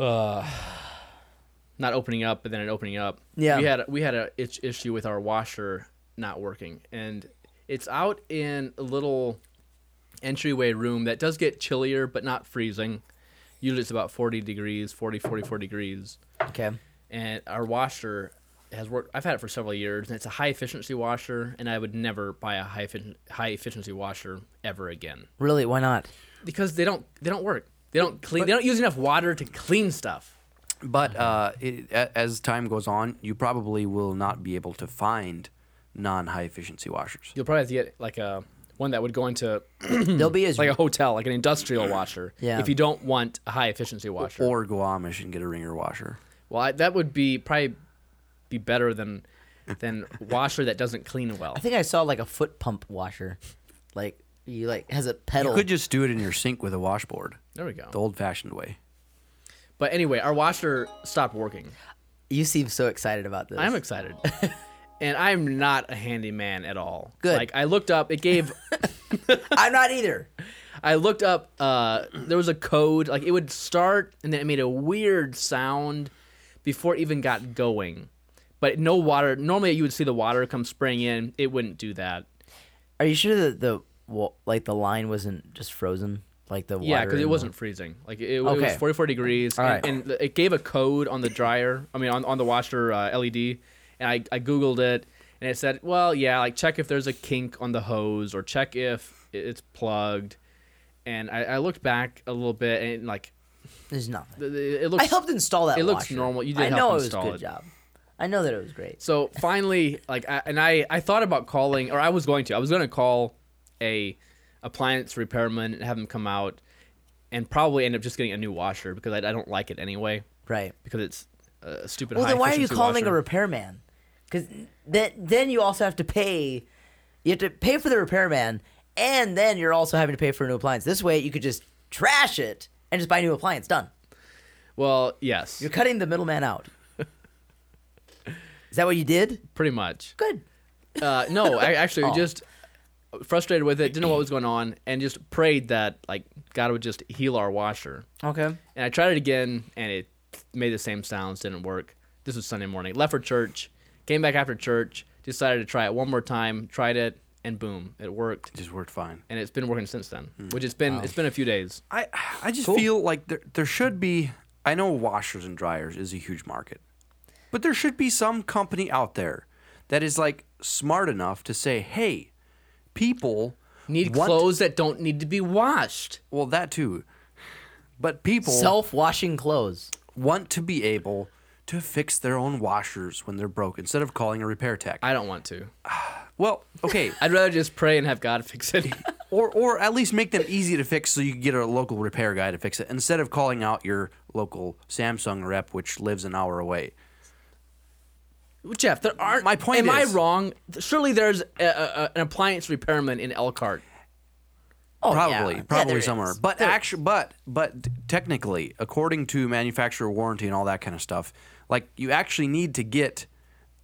S3: uh, not opening up, but then it opening up.
S4: Yeah.
S3: we had we had a itch issue with our washer not working, and it's out in a little entryway room that does get chillier, but not freezing. Usually it's about 40 degrees, 40, 44 degrees
S4: Okay.
S3: and our washer has worked. I've had it for several years, and it's a high efficiency washer. And I would never buy a high effi- high efficiency washer ever again
S4: Really? Why not?
S3: because they don't they don't work. They don't clean. they don't use enough water to clean stuff.
S5: But uh, it, a- as time goes on, you probably will not be able to find non-high efficiency washers.
S3: You'll probably have to get like a one that would go into
S4: They'll be as
S3: like a hotel, like an industrial washer.
S4: Yeah.
S3: If you don't want a high efficiency washer,
S5: Or go Amish and get a ringer washer.
S3: well, I, that would be probably be better than than washer that doesn't clean well.
S4: I think I saw like a foot pump washer, like you like has a pedal.
S5: You could just do it in your sink with a washboard,
S3: There we go.
S5: the old-fashioned way.
S3: But anyway, our washer stopped working.
S4: You seem so excited about this.
S3: I'm excited. <laughs> and I'm not a handyman at all.
S4: Good.
S3: Like I looked up, it gave
S4: I'm not either.
S3: I looked up uh there was a code, like it would start and then it made a weird sound before it even got going. But no water normally you would see the water come spraying in. It wouldn't do that.
S4: Are you sure that the wa- like the line wasn't just frozen? Like the water
S3: Yeah, because
S4: in
S3: it
S4: the-
S3: wasn't freezing. Like it, it was
S4: Okay.
S3: 44 degrees,
S4: All
S3: and,
S4: right.
S3: and it gave a code on the dryer. I mean, on, on the washer uh, LED, and I, I googled it, and it said, well, yeah, like check if there's a kink on the hose, or check if it- it's plugged. And I, I looked back a little bit, and like
S4: There's nothing.
S3: th- th- it looks.
S4: I helped install that.
S3: it looks
S4: washer.
S3: normal. You did
S4: I
S3: help
S4: know it was
S3: install
S4: a good
S3: it.
S4: job. I know that it was great.
S3: So finally, like, I, and I, I thought about calling, or I was going to, I was going to call a appliance repairman and have him come out, and probably end up just getting a new washer because I, I don't like it anyway.
S4: Right.
S3: because it's uh, a stupid.
S4: Well,
S3: high
S4: then why are you
S3: efficiency
S4: calling a
S3: washer.
S4: repairman? Because then then you also have to pay. You have to pay for the repairman, and then you're also having to pay for a new appliance. This way, you could just trash it and just buy a new appliance. Done.
S3: Well, yes,
S4: You're cutting the middleman
S3: <laughs>
S4: out. Is that what you did?
S3: pretty much.
S4: Good.
S3: Uh, no, I
S4: <laughs>
S3: actually
S4: Oh.
S3: just frustrated with it, didn't know what was going on, and just prayed that like God would just heal our washer.
S4: Okay.
S3: And I tried it again, and it made the same sounds. Didn't work. This was Sunday morning. Left for church, came back after church, decided to try it one more time. Tried it, and boom, it worked.
S5: Just worked fine.
S3: And it's been working since then,
S4: Hmm.
S3: which it's been it's been a few days.
S5: I I just feel like there there should be. I know washers and dryers is a huge market, but there should be some company out there that is like smart enough to say, "Hey, people
S3: Need
S5: want-
S3: clothes that don't need to be washed.
S5: Well, that too, but people
S4: Self washing clothes.
S5: want to be able to fix their own washers when they're broke instead of calling a repair tech.
S3: I don't want to.
S5: well, okay,
S3: I'd rather just pray and have God <laughs> fix it.
S5: or or at least make them easy to fix so you can get a local repair guy to fix it instead of calling out your local Samsung rep, which lives an hour away.
S3: Jeff, there aren't.
S5: My point
S3: Am I
S5: is-
S3: wrong? Surely there's a, a, a- an appliance repairman in Elkhart.
S4: Oh,
S5: probably,
S4: yeah. Yeah,
S5: probably
S4: there
S5: somewhere.
S4: is.
S5: But
S4: There
S5: actually, but but technically, according to manufacturer warranty and all that kind of stuff, like you actually need to get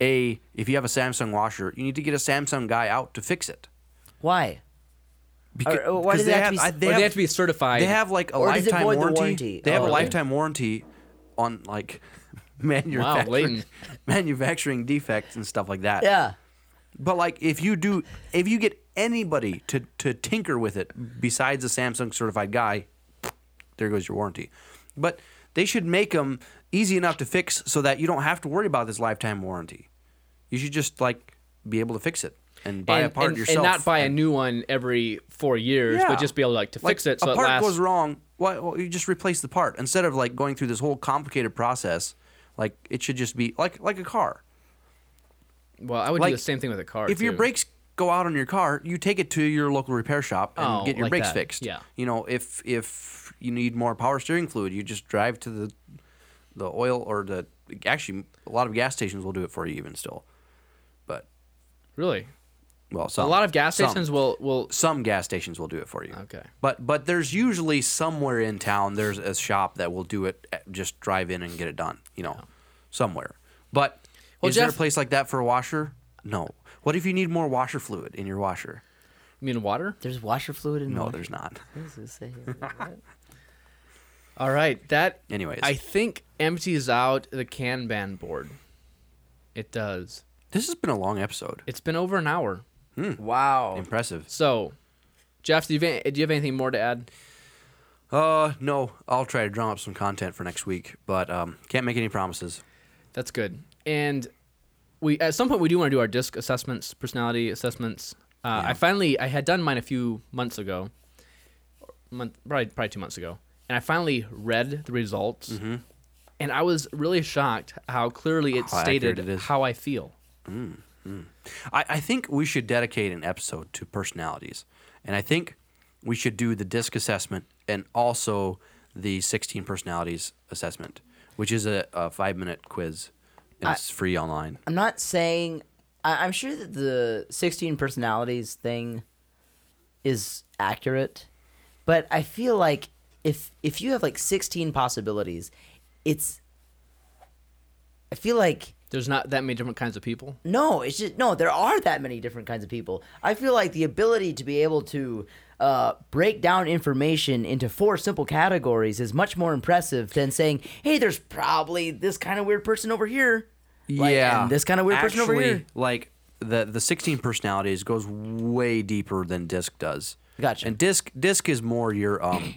S5: a if you have a Samsung washer, you need to get a Samsung guy out to fix it.
S4: Why?
S5: Becau-
S4: Or- or why does
S5: they
S4: it have to
S5: have,
S4: be
S5: I-
S4: s-
S3: or they have to be certified.
S5: They have like a
S4: Or does it
S5: lifetime
S4: void the
S5: warranty.
S4: warranty?
S5: They have
S4: Oh,
S5: a
S4: okay.
S5: lifetime warranty on like <laughs> manufacturing
S3: Leighton.
S5: <laughs> manufacturing defects and stuff like that.
S4: Yeah.
S5: But like if you do if you get anybody to to tinker with it besides a Samsung certified guy, there goes your warranty. But they should make them easy enough to fix so that you don't have to worry about this lifetime warranty. You should just like be able to fix it and buy a
S3: and,
S5: part
S3: and,
S5: yourself
S3: and not buy a new one every four years,
S5: yeah.
S3: but just be able to like to fix
S5: Like,
S3: it so
S5: a
S3: it
S5: part
S3: lasts.
S5: goes wrong. Why? Well, you just replace the part instead of like going through this whole complicated process. Like it should just be like like a car.
S3: well, I would
S5: Like
S3: do the same thing with a car.
S5: If your
S3: too.
S5: brakes go out on your car, you take it to your local repair shop and
S3: Oh,
S5: get your
S3: like
S5: brakes
S3: that.
S5: fixed.
S3: Yeah.
S5: You know, if if you need more power steering fluid, you just drive to the the oil or the actually a lot of gas stations will do it for you even still. But
S3: really,
S5: well, some,
S3: a lot of gas
S5: some.
S3: stations will will
S5: some gas stations will do it for you.
S3: Okay.
S5: But but there's usually somewhere in town there's a shop that will do it. eh, Just drive in and get it done. You know, somewhere. But
S3: Well,
S5: is there a
S3: Jeff-
S5: place like that for a washer? No. What if you need more washer fluid in your washer?
S3: I mean water.
S4: There's washer fluid in
S5: No,
S4: water.
S5: there's not.
S4: What does it say here? What?
S3: All right, that
S5: Anyways.
S3: I think empties out the Kanban board. It does.
S5: This has been a long episode.
S3: It's been over an hour.
S4: wow.
S5: Impressive.
S3: So, Jeff, do you have, do you have anything more to add?
S5: Uh, no, I'll try to drum up some content for next week, but um, can't make any promises.
S3: That's good. And we at some point we do want to do our disc assessments, personality assessments. Uh, I finally I had done mine a few months ago, month probably probably two months ago, and I finally read the results,
S5: Mm-hmm.
S3: and I was really shocked how clearly it
S5: How accurate
S3: stated
S5: it is.
S3: how I feel.
S5: I, I think we should dedicate an episode to personalities. And I think we should do the disc assessment and also the 16 personalities assessment, which is a, a five minute quiz. And it's free online.
S4: I'm not saying. I, I'm sure that the 16 personalities thing is accurate, but I feel like if if you have like 16 possibilities, it's. I feel like
S3: There's not that many different kinds of people.
S4: No, it's just no. There are that many different kinds of people. I feel like the ability to be able to uh, break down information into four simple categories is much more impressive than saying, "Hey, there's probably this kind of weird person over here." Like,
S5: yeah.
S4: and this kind of weird
S5: Actually,
S4: person over here.
S5: Like the the 16 personalities goes way deeper than disc does.
S4: Gotcha.
S5: And disc disc is more your
S4: <clears throat>
S5: um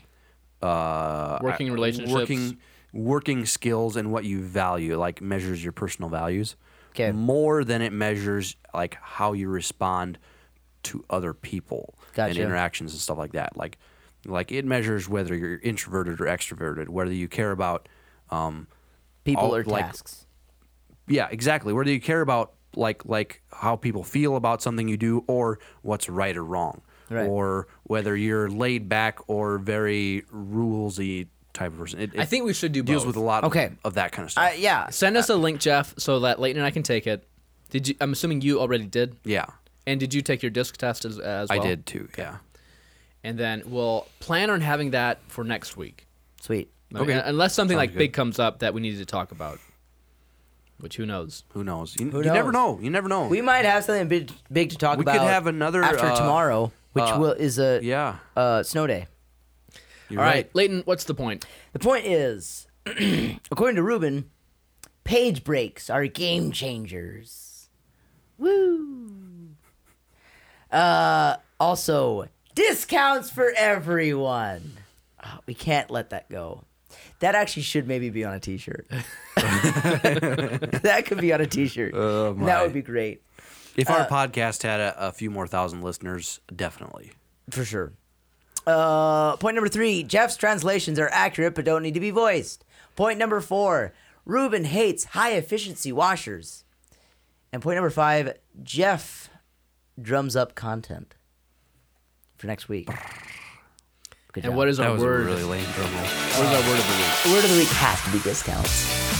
S5: uh
S3: Working relationships.
S5: working working skills and what you value like measures your personal values.
S4: 'Kay.
S5: More than it measures like how you respond to other people and
S4: Gotcha.
S5: interactions and stuff like that. Like like it measures whether you're introverted or extroverted, whether you care about
S4: People
S5: All-
S4: or
S5: like-
S4: tasks.
S5: yeah, exactly. Whether you care about like like how people feel about something you do, or what's right or wrong,
S4: Right.
S5: or whether you're laid back or very rulesy type of person. It,
S3: I
S5: it
S3: think we should do
S5: deals
S3: both.
S5: with a lot
S4: Okay.
S5: of, of that kind of stuff.
S4: Uh, yeah,
S3: Send us a link, Jeff, so that Leighton and I can take it. Did you? I'm assuming you already did.
S5: yeah,
S3: And did you take your disc test as, as
S5: I
S3: well?
S5: did too. Yeah,
S3: And then we'll plan on having that for next week.
S4: sweet.
S3: I mean,
S5: Okay.
S3: unless something
S5: Sounds
S3: like
S5: good.
S3: big comes up that we needed to talk about, which who knows?
S5: who knows? You, you never
S4: knows?
S5: know. You never know.
S4: We might have something big, big to talk
S5: We could
S4: about.
S5: have another,
S4: after
S5: uh,
S4: tomorrow, which
S5: uh,
S4: will is a
S5: yeah,
S4: uh, snow day.
S5: you're
S3: All right, Leighton, what's the point?
S4: The point is, <clears throat> according to Ruben, page breaks are game changers. Woo! Uh, also, discounts for everyone. Oh, we can't let that go. That actually should maybe be on a T-shirt. <laughs> that could be on a T-shirt. that would be great
S5: If
S4: Uh,
S5: our podcast had a, a few more thousand listeners, definitely.
S4: for sure. Uh, point number three: Jeff's translations are accurate but don't need to be voiced. Point number four: Ruben hates high efficiency washers. And point number five: Jeff drums up content for next week. Good
S3: And
S4: job.
S3: what is
S5: That
S3: our
S5: was a
S3: word?
S5: really lame drum roll.
S4: word of the week has to be discounts.